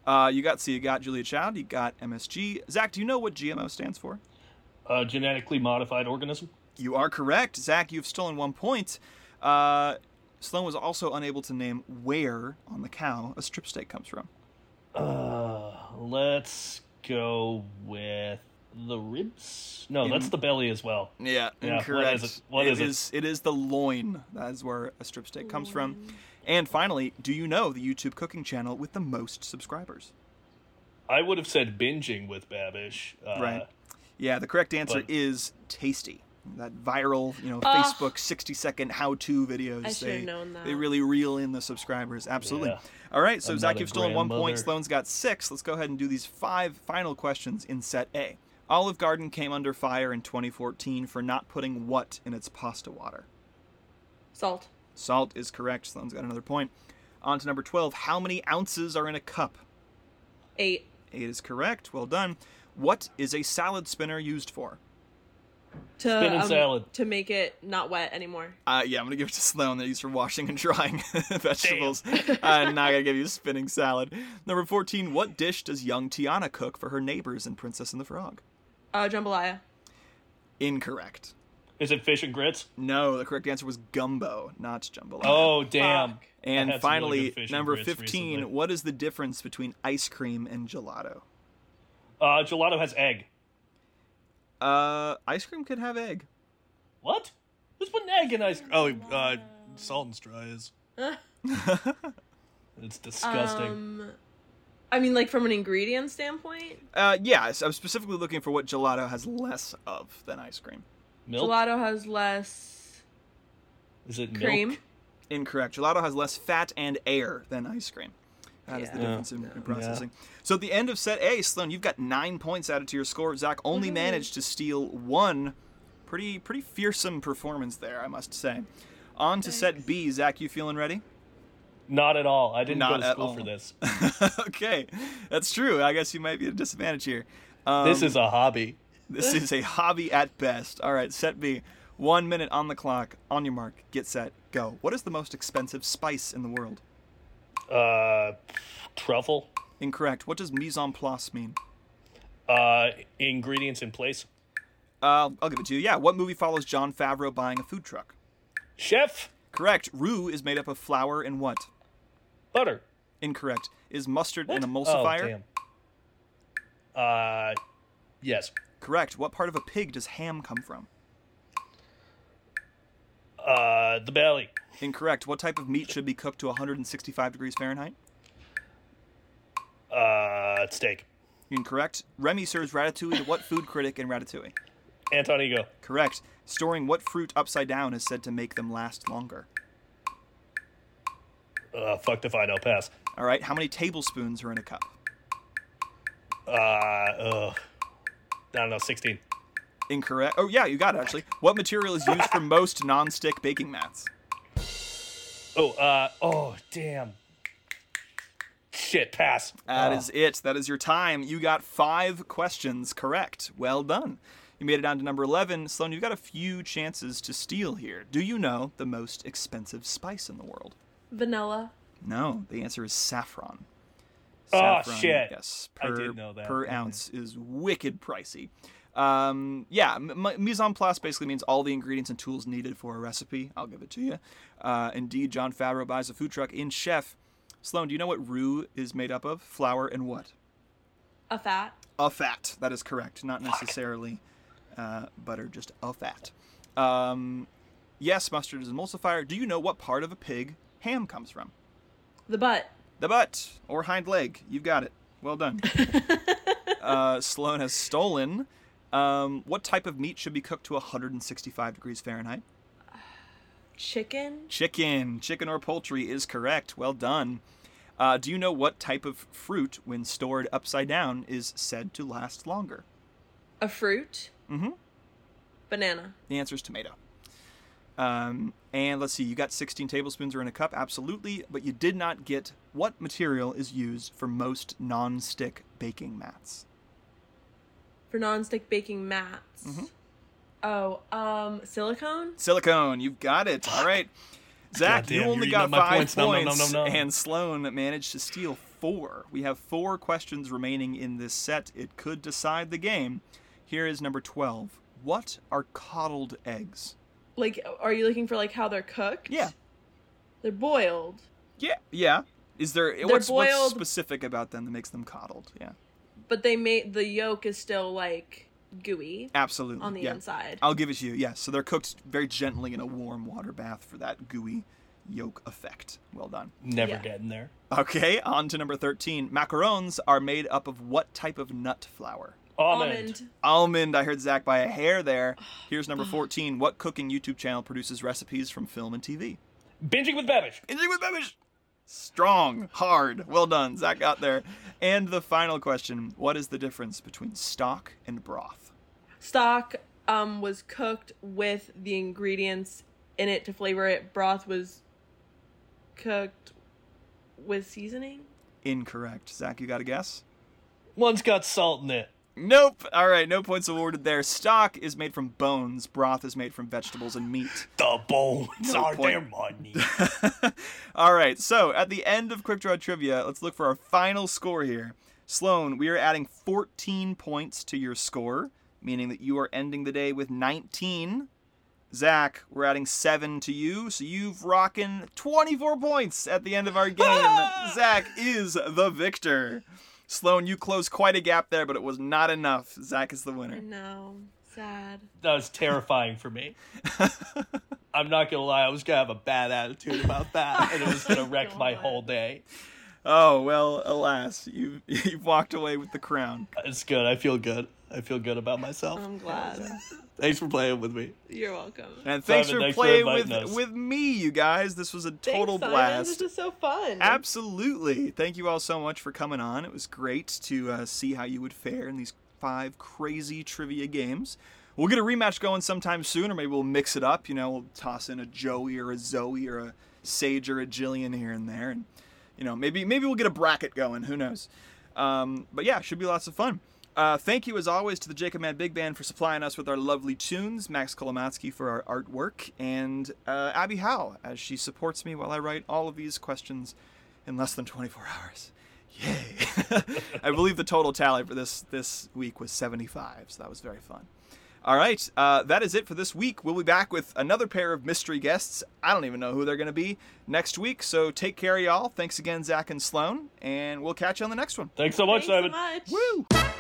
[SPEAKER 1] Uh, you got, so you got Julia Child, you got MSG. Zach, do you know what GMO stands for?
[SPEAKER 2] Uh, genetically modified organism?
[SPEAKER 1] You are correct. Zach, you've stolen one point. Uh, Sloan was also unable to name where on the cow a strip steak comes from.
[SPEAKER 2] Uh, let's go with the ribs. No, that's the belly as well.
[SPEAKER 1] Yeah,
[SPEAKER 2] Yeah,
[SPEAKER 1] incorrect.
[SPEAKER 2] what is it? What is it?
[SPEAKER 1] It is the loin. That is where a strip steak comes from. And finally, do you know the YouTube cooking channel with the most subscribers?
[SPEAKER 2] I would have said binging with Babish. Uh,
[SPEAKER 1] Right. Yeah, the correct answer
[SPEAKER 2] but-
[SPEAKER 1] is tasty. That viral, you know,
[SPEAKER 3] Ah.
[SPEAKER 1] Facebook 60 second how to videos.
[SPEAKER 3] I should've
[SPEAKER 1] they,
[SPEAKER 3] known that.
[SPEAKER 1] They really reel in the subscribers. Absolutely.
[SPEAKER 2] Yeah.
[SPEAKER 1] All right, so
[SPEAKER 2] I'm
[SPEAKER 1] Zach,
[SPEAKER 2] not a
[SPEAKER 1] you've stolen one point.
[SPEAKER 2] grandmother.
[SPEAKER 1] Sloan's got six. Let's go ahead and do these five final questions in set A. Olive Garden came under fire in 2014 for not putting what in its pasta water?
[SPEAKER 3] Salt.
[SPEAKER 1] Salt is correct. Sloan's got another point. On to number 12. How many ounces are in a cup?
[SPEAKER 3] Eight.
[SPEAKER 1] Eight is correct. Well done. What is a salad spinner used for?
[SPEAKER 3] To
[SPEAKER 2] Spin and
[SPEAKER 3] um,
[SPEAKER 2] salad.
[SPEAKER 3] To make it not wet anymore.
[SPEAKER 1] Uh, yeah, I'm gonna give it to Sloan. They're used for washing and drying (laughs) vegetables. uh, I'm not gonna give you spinning salad. Number 14. What dish does young Tiana cook for her neighbors in Princess and the Frog?
[SPEAKER 3] Uh. Jambalaya.
[SPEAKER 1] Incorrect.
[SPEAKER 2] Is it fish and grits?
[SPEAKER 1] No, the correct answer was gumbo, not jambalaya.
[SPEAKER 2] Oh, damn.
[SPEAKER 3] Fuck.
[SPEAKER 2] I
[SPEAKER 1] and
[SPEAKER 2] had some really
[SPEAKER 1] finally,
[SPEAKER 2] good fish and
[SPEAKER 1] number
[SPEAKER 2] grits
[SPEAKER 1] 15.
[SPEAKER 2] recently.
[SPEAKER 1] What is the difference between ice cream and gelato?
[SPEAKER 2] Uh, gelato has egg.
[SPEAKER 1] Uh, ice cream could have egg.
[SPEAKER 2] What? Who's putting egg in ice cream? Oh, uh, salt and straw is. (laughs) it's disgusting.
[SPEAKER 3] Um. I mean, like from an ingredient standpoint,
[SPEAKER 1] Uh, yeah, so I'm specifically looking for what gelato has less of than ice cream.
[SPEAKER 2] milk?
[SPEAKER 3] gelato has less
[SPEAKER 2] is it milk?
[SPEAKER 3] cream.
[SPEAKER 1] Incorrect. Gelato has less fat and air than ice cream. That is the
[SPEAKER 3] Yeah.
[SPEAKER 1] difference in, in processing. So at the end of set A, Sloan, you've got nine points added to your score. Zach only managed to steal one Pretty pretty fearsome performance there, I must say. On to set B. Zach, you feeling ready? (laughs)
[SPEAKER 2] Not at all. I didn't
[SPEAKER 1] Not
[SPEAKER 2] go to
[SPEAKER 1] at
[SPEAKER 2] school
[SPEAKER 1] all.
[SPEAKER 2] for this.
[SPEAKER 1] okay, that's true. I guess you might be at a disadvantage here. Um,
[SPEAKER 2] This is a hobby.
[SPEAKER 1] this is a hobby at best. All right, set B. One minute on the clock. On your mark, get set, go. What is the most expensive spice in the world?
[SPEAKER 2] Uh, truffle.
[SPEAKER 1] Incorrect. What does mise en place mean?
[SPEAKER 2] Uh, ingredients in place.
[SPEAKER 1] Uh, I'll give it to you. Yeah. What movie follows John Favreau buying a food truck?
[SPEAKER 2] Chef.
[SPEAKER 1] Correct. Roux is made up of flour and what?
[SPEAKER 2] Butter.
[SPEAKER 1] Incorrect. Is mustard an
[SPEAKER 2] Oh,
[SPEAKER 1] emulsifier?
[SPEAKER 2] damn. Uh, yes.
[SPEAKER 1] Correct. What part of a pig does ham come from?
[SPEAKER 2] Uh, the belly.
[SPEAKER 1] Incorrect. What type of meat should be cooked to 165 degrees Fahrenheit?
[SPEAKER 2] Uh, steak.
[SPEAKER 1] Incorrect. Remy serves ratatouille to what food critic in Ratatouille?
[SPEAKER 2] Anton Ego.
[SPEAKER 1] Correct. Storing what fruit upside down is said to make them last longer.
[SPEAKER 2] Uh, fucked if I know. Pass.
[SPEAKER 1] All right. How many tablespoons are in a cup?
[SPEAKER 2] Uh, ugh. I don't know. Sixteen.
[SPEAKER 1] Incorrect. Oh yeah, you got it actually. What material is used for most non-stick baking mats?
[SPEAKER 2] Oh. Uh. Oh. Damn. Shit. Pass.
[SPEAKER 1] That is
[SPEAKER 2] Oh.
[SPEAKER 1] it. That is your time. You got five questions correct. Well done. You made it down to number 11. Sloan, you've got a few chances to steal here. Do you know the most expensive spice in the world?
[SPEAKER 3] Vanilla.
[SPEAKER 1] No, the answer is saffron.
[SPEAKER 2] Oh, shit.
[SPEAKER 1] Yes,
[SPEAKER 2] I
[SPEAKER 1] per,
[SPEAKER 2] did know that.
[SPEAKER 1] per
[SPEAKER 2] Mhm.
[SPEAKER 1] ounce is wicked pricey. Um, yeah, m- m- mise en place basically means all the ingredients and tools needed for a recipe. I'll give it to you. Uh, indeed, John Favreau buys a food truck in Chef. Sloan, do you know what roux is made up of? Flour and what?
[SPEAKER 3] A fat.
[SPEAKER 1] a fat. That is correct. Not necessarily uh, butter, just a fat. Um, yes, mustard is an emulsifier. Do you know what part of a pig ham comes from?
[SPEAKER 3] The butt.
[SPEAKER 1] The butt or hind leg. You've got it. Well done. uh, Sloan has stolen. Um, what type of meat should be cooked to 165 degrees Fahrenheit?
[SPEAKER 3] Chicken.
[SPEAKER 1] Chicken. Chicken or poultry is correct. Well done. Uh, do you know what type of fruit, when stored upside down, is said to last longer?
[SPEAKER 3] A fruit. Mm-hmm. Banana.
[SPEAKER 1] The answer is tomato. Um, and let's see, you got 16 tablespoons or in a cup, absolutely, but you did not get what material is used for most non-stick baking mats.
[SPEAKER 3] For non-stick baking mats. Oh, um, silicone.
[SPEAKER 1] Silicone, you've got it. All
[SPEAKER 2] (sighs)
[SPEAKER 1] right. Zach,
[SPEAKER 2] Goddamn,
[SPEAKER 1] you only
[SPEAKER 2] you're eating
[SPEAKER 1] got
[SPEAKER 2] up my
[SPEAKER 1] five points,
[SPEAKER 2] points. Nom, nom, nom, nom, nom.
[SPEAKER 1] and Sloan managed to steal four. We have four questions remaining in this set. It could decide the game. Here is number 12. What are coddled eggs?
[SPEAKER 3] Like, are you looking for like how they're cooked?
[SPEAKER 1] Yeah.
[SPEAKER 3] They're boiled.
[SPEAKER 1] Yeah, yeah. Is there what's, what's
[SPEAKER 3] boiled.
[SPEAKER 1] specific about them that makes them coddled? Yeah,
[SPEAKER 3] but they made the yolk is still like gooey
[SPEAKER 1] absolutely.
[SPEAKER 3] on the
[SPEAKER 1] yeah.
[SPEAKER 3] inside.
[SPEAKER 1] I'll give it to you. Yeah, so they're cooked very gently in a warm water bath for that gooey yolk effect. Well done.
[SPEAKER 2] Never
[SPEAKER 3] Yeah.
[SPEAKER 2] getting there.
[SPEAKER 1] Okay, on to number thirteen. Macarons are made up of what type of nut flour?
[SPEAKER 2] Almond.
[SPEAKER 1] Almond. I heard Zach by a hair
[SPEAKER 3] (sighs)
[SPEAKER 1] there. Here's number fourteen. What cooking YouTube channel produces recipes from film and TV?
[SPEAKER 2] Binging with Babish.
[SPEAKER 1] Anything with Babish. Strong, hard. Well done. Zach got there. And the final question What is the difference between stock and broth?
[SPEAKER 3] Stock um was cooked with the ingredients in it to flavor it. Broth was cooked with seasoning.
[SPEAKER 1] Incorrect. Zach, you got a guess?
[SPEAKER 2] One's got salt in it.
[SPEAKER 1] Nope. All right, no points awarded there. Stock is made from bones, broth is made from vegetables and meat.
[SPEAKER 2] The bones are
[SPEAKER 1] point.
[SPEAKER 2] their money.
[SPEAKER 1] All right, so at the end of Quick Draw Trivia, let's look for our final score here. Sloan, we are adding 14 points to your score, meaning that you are ending the day with 19. Zach, we're adding 7 to you, so you've rocking 24 points at the end of our game. Zach is the victor. Sloan, you closed quite a gap there, but it was not enough. Zach is the winner.
[SPEAKER 3] No, sad.
[SPEAKER 2] that was terrifying for me. I'm not gonna lie, I was gonna have a bad attitude about that, and it was (laughs) gonna wreck my
[SPEAKER 3] God.
[SPEAKER 2] whole day.
[SPEAKER 1] Oh, well, alas, you've, (laughs) you've walked away with the crown.
[SPEAKER 2] It's good. I feel good. I feel good about myself.
[SPEAKER 3] I'm glad.
[SPEAKER 2] Thanks for playing with me.
[SPEAKER 3] You're welcome.
[SPEAKER 1] And thanks
[SPEAKER 2] Simon,
[SPEAKER 1] for
[SPEAKER 2] thanks for
[SPEAKER 1] playing
[SPEAKER 2] inviting
[SPEAKER 1] with
[SPEAKER 2] us.
[SPEAKER 1] with me, you guys. This was a total
[SPEAKER 3] Thanks, Simon.
[SPEAKER 1] blast.
[SPEAKER 3] This is so fun.
[SPEAKER 1] Absolutely. Thank you all so much for coming on. It was great to uh, see how you would fare in these five crazy trivia games. We'll get a rematch going sometime soon, or maybe we'll mix it up. You know, we'll toss in a Joey or a Zoe or a Sage or a Jillian here and there, and you know, maybe maybe we'll get a bracket going. Who knows? Um, but yeah, should be lots of fun. Uh, thank you as always to the Jacob Man Big Band for supplying us with our lovely tunes, Max Kolomatsky for our artwork, and uh, Abby Howe as she supports me while I write all of these questions in less than 24 hours. Yay! (laughs) I believe the total tally for this this week was 75, so that was very fun. All right, uh, that is it for this week. We'll be back with another pair of mystery guests. I don't even know who they're going to be next week. So take care, y'all. Thanks again, Zach and Sloan, and we'll catch you on the next one.
[SPEAKER 2] Thanks so much,
[SPEAKER 5] Thanks so
[SPEAKER 2] Simon.
[SPEAKER 5] much.
[SPEAKER 1] Woo!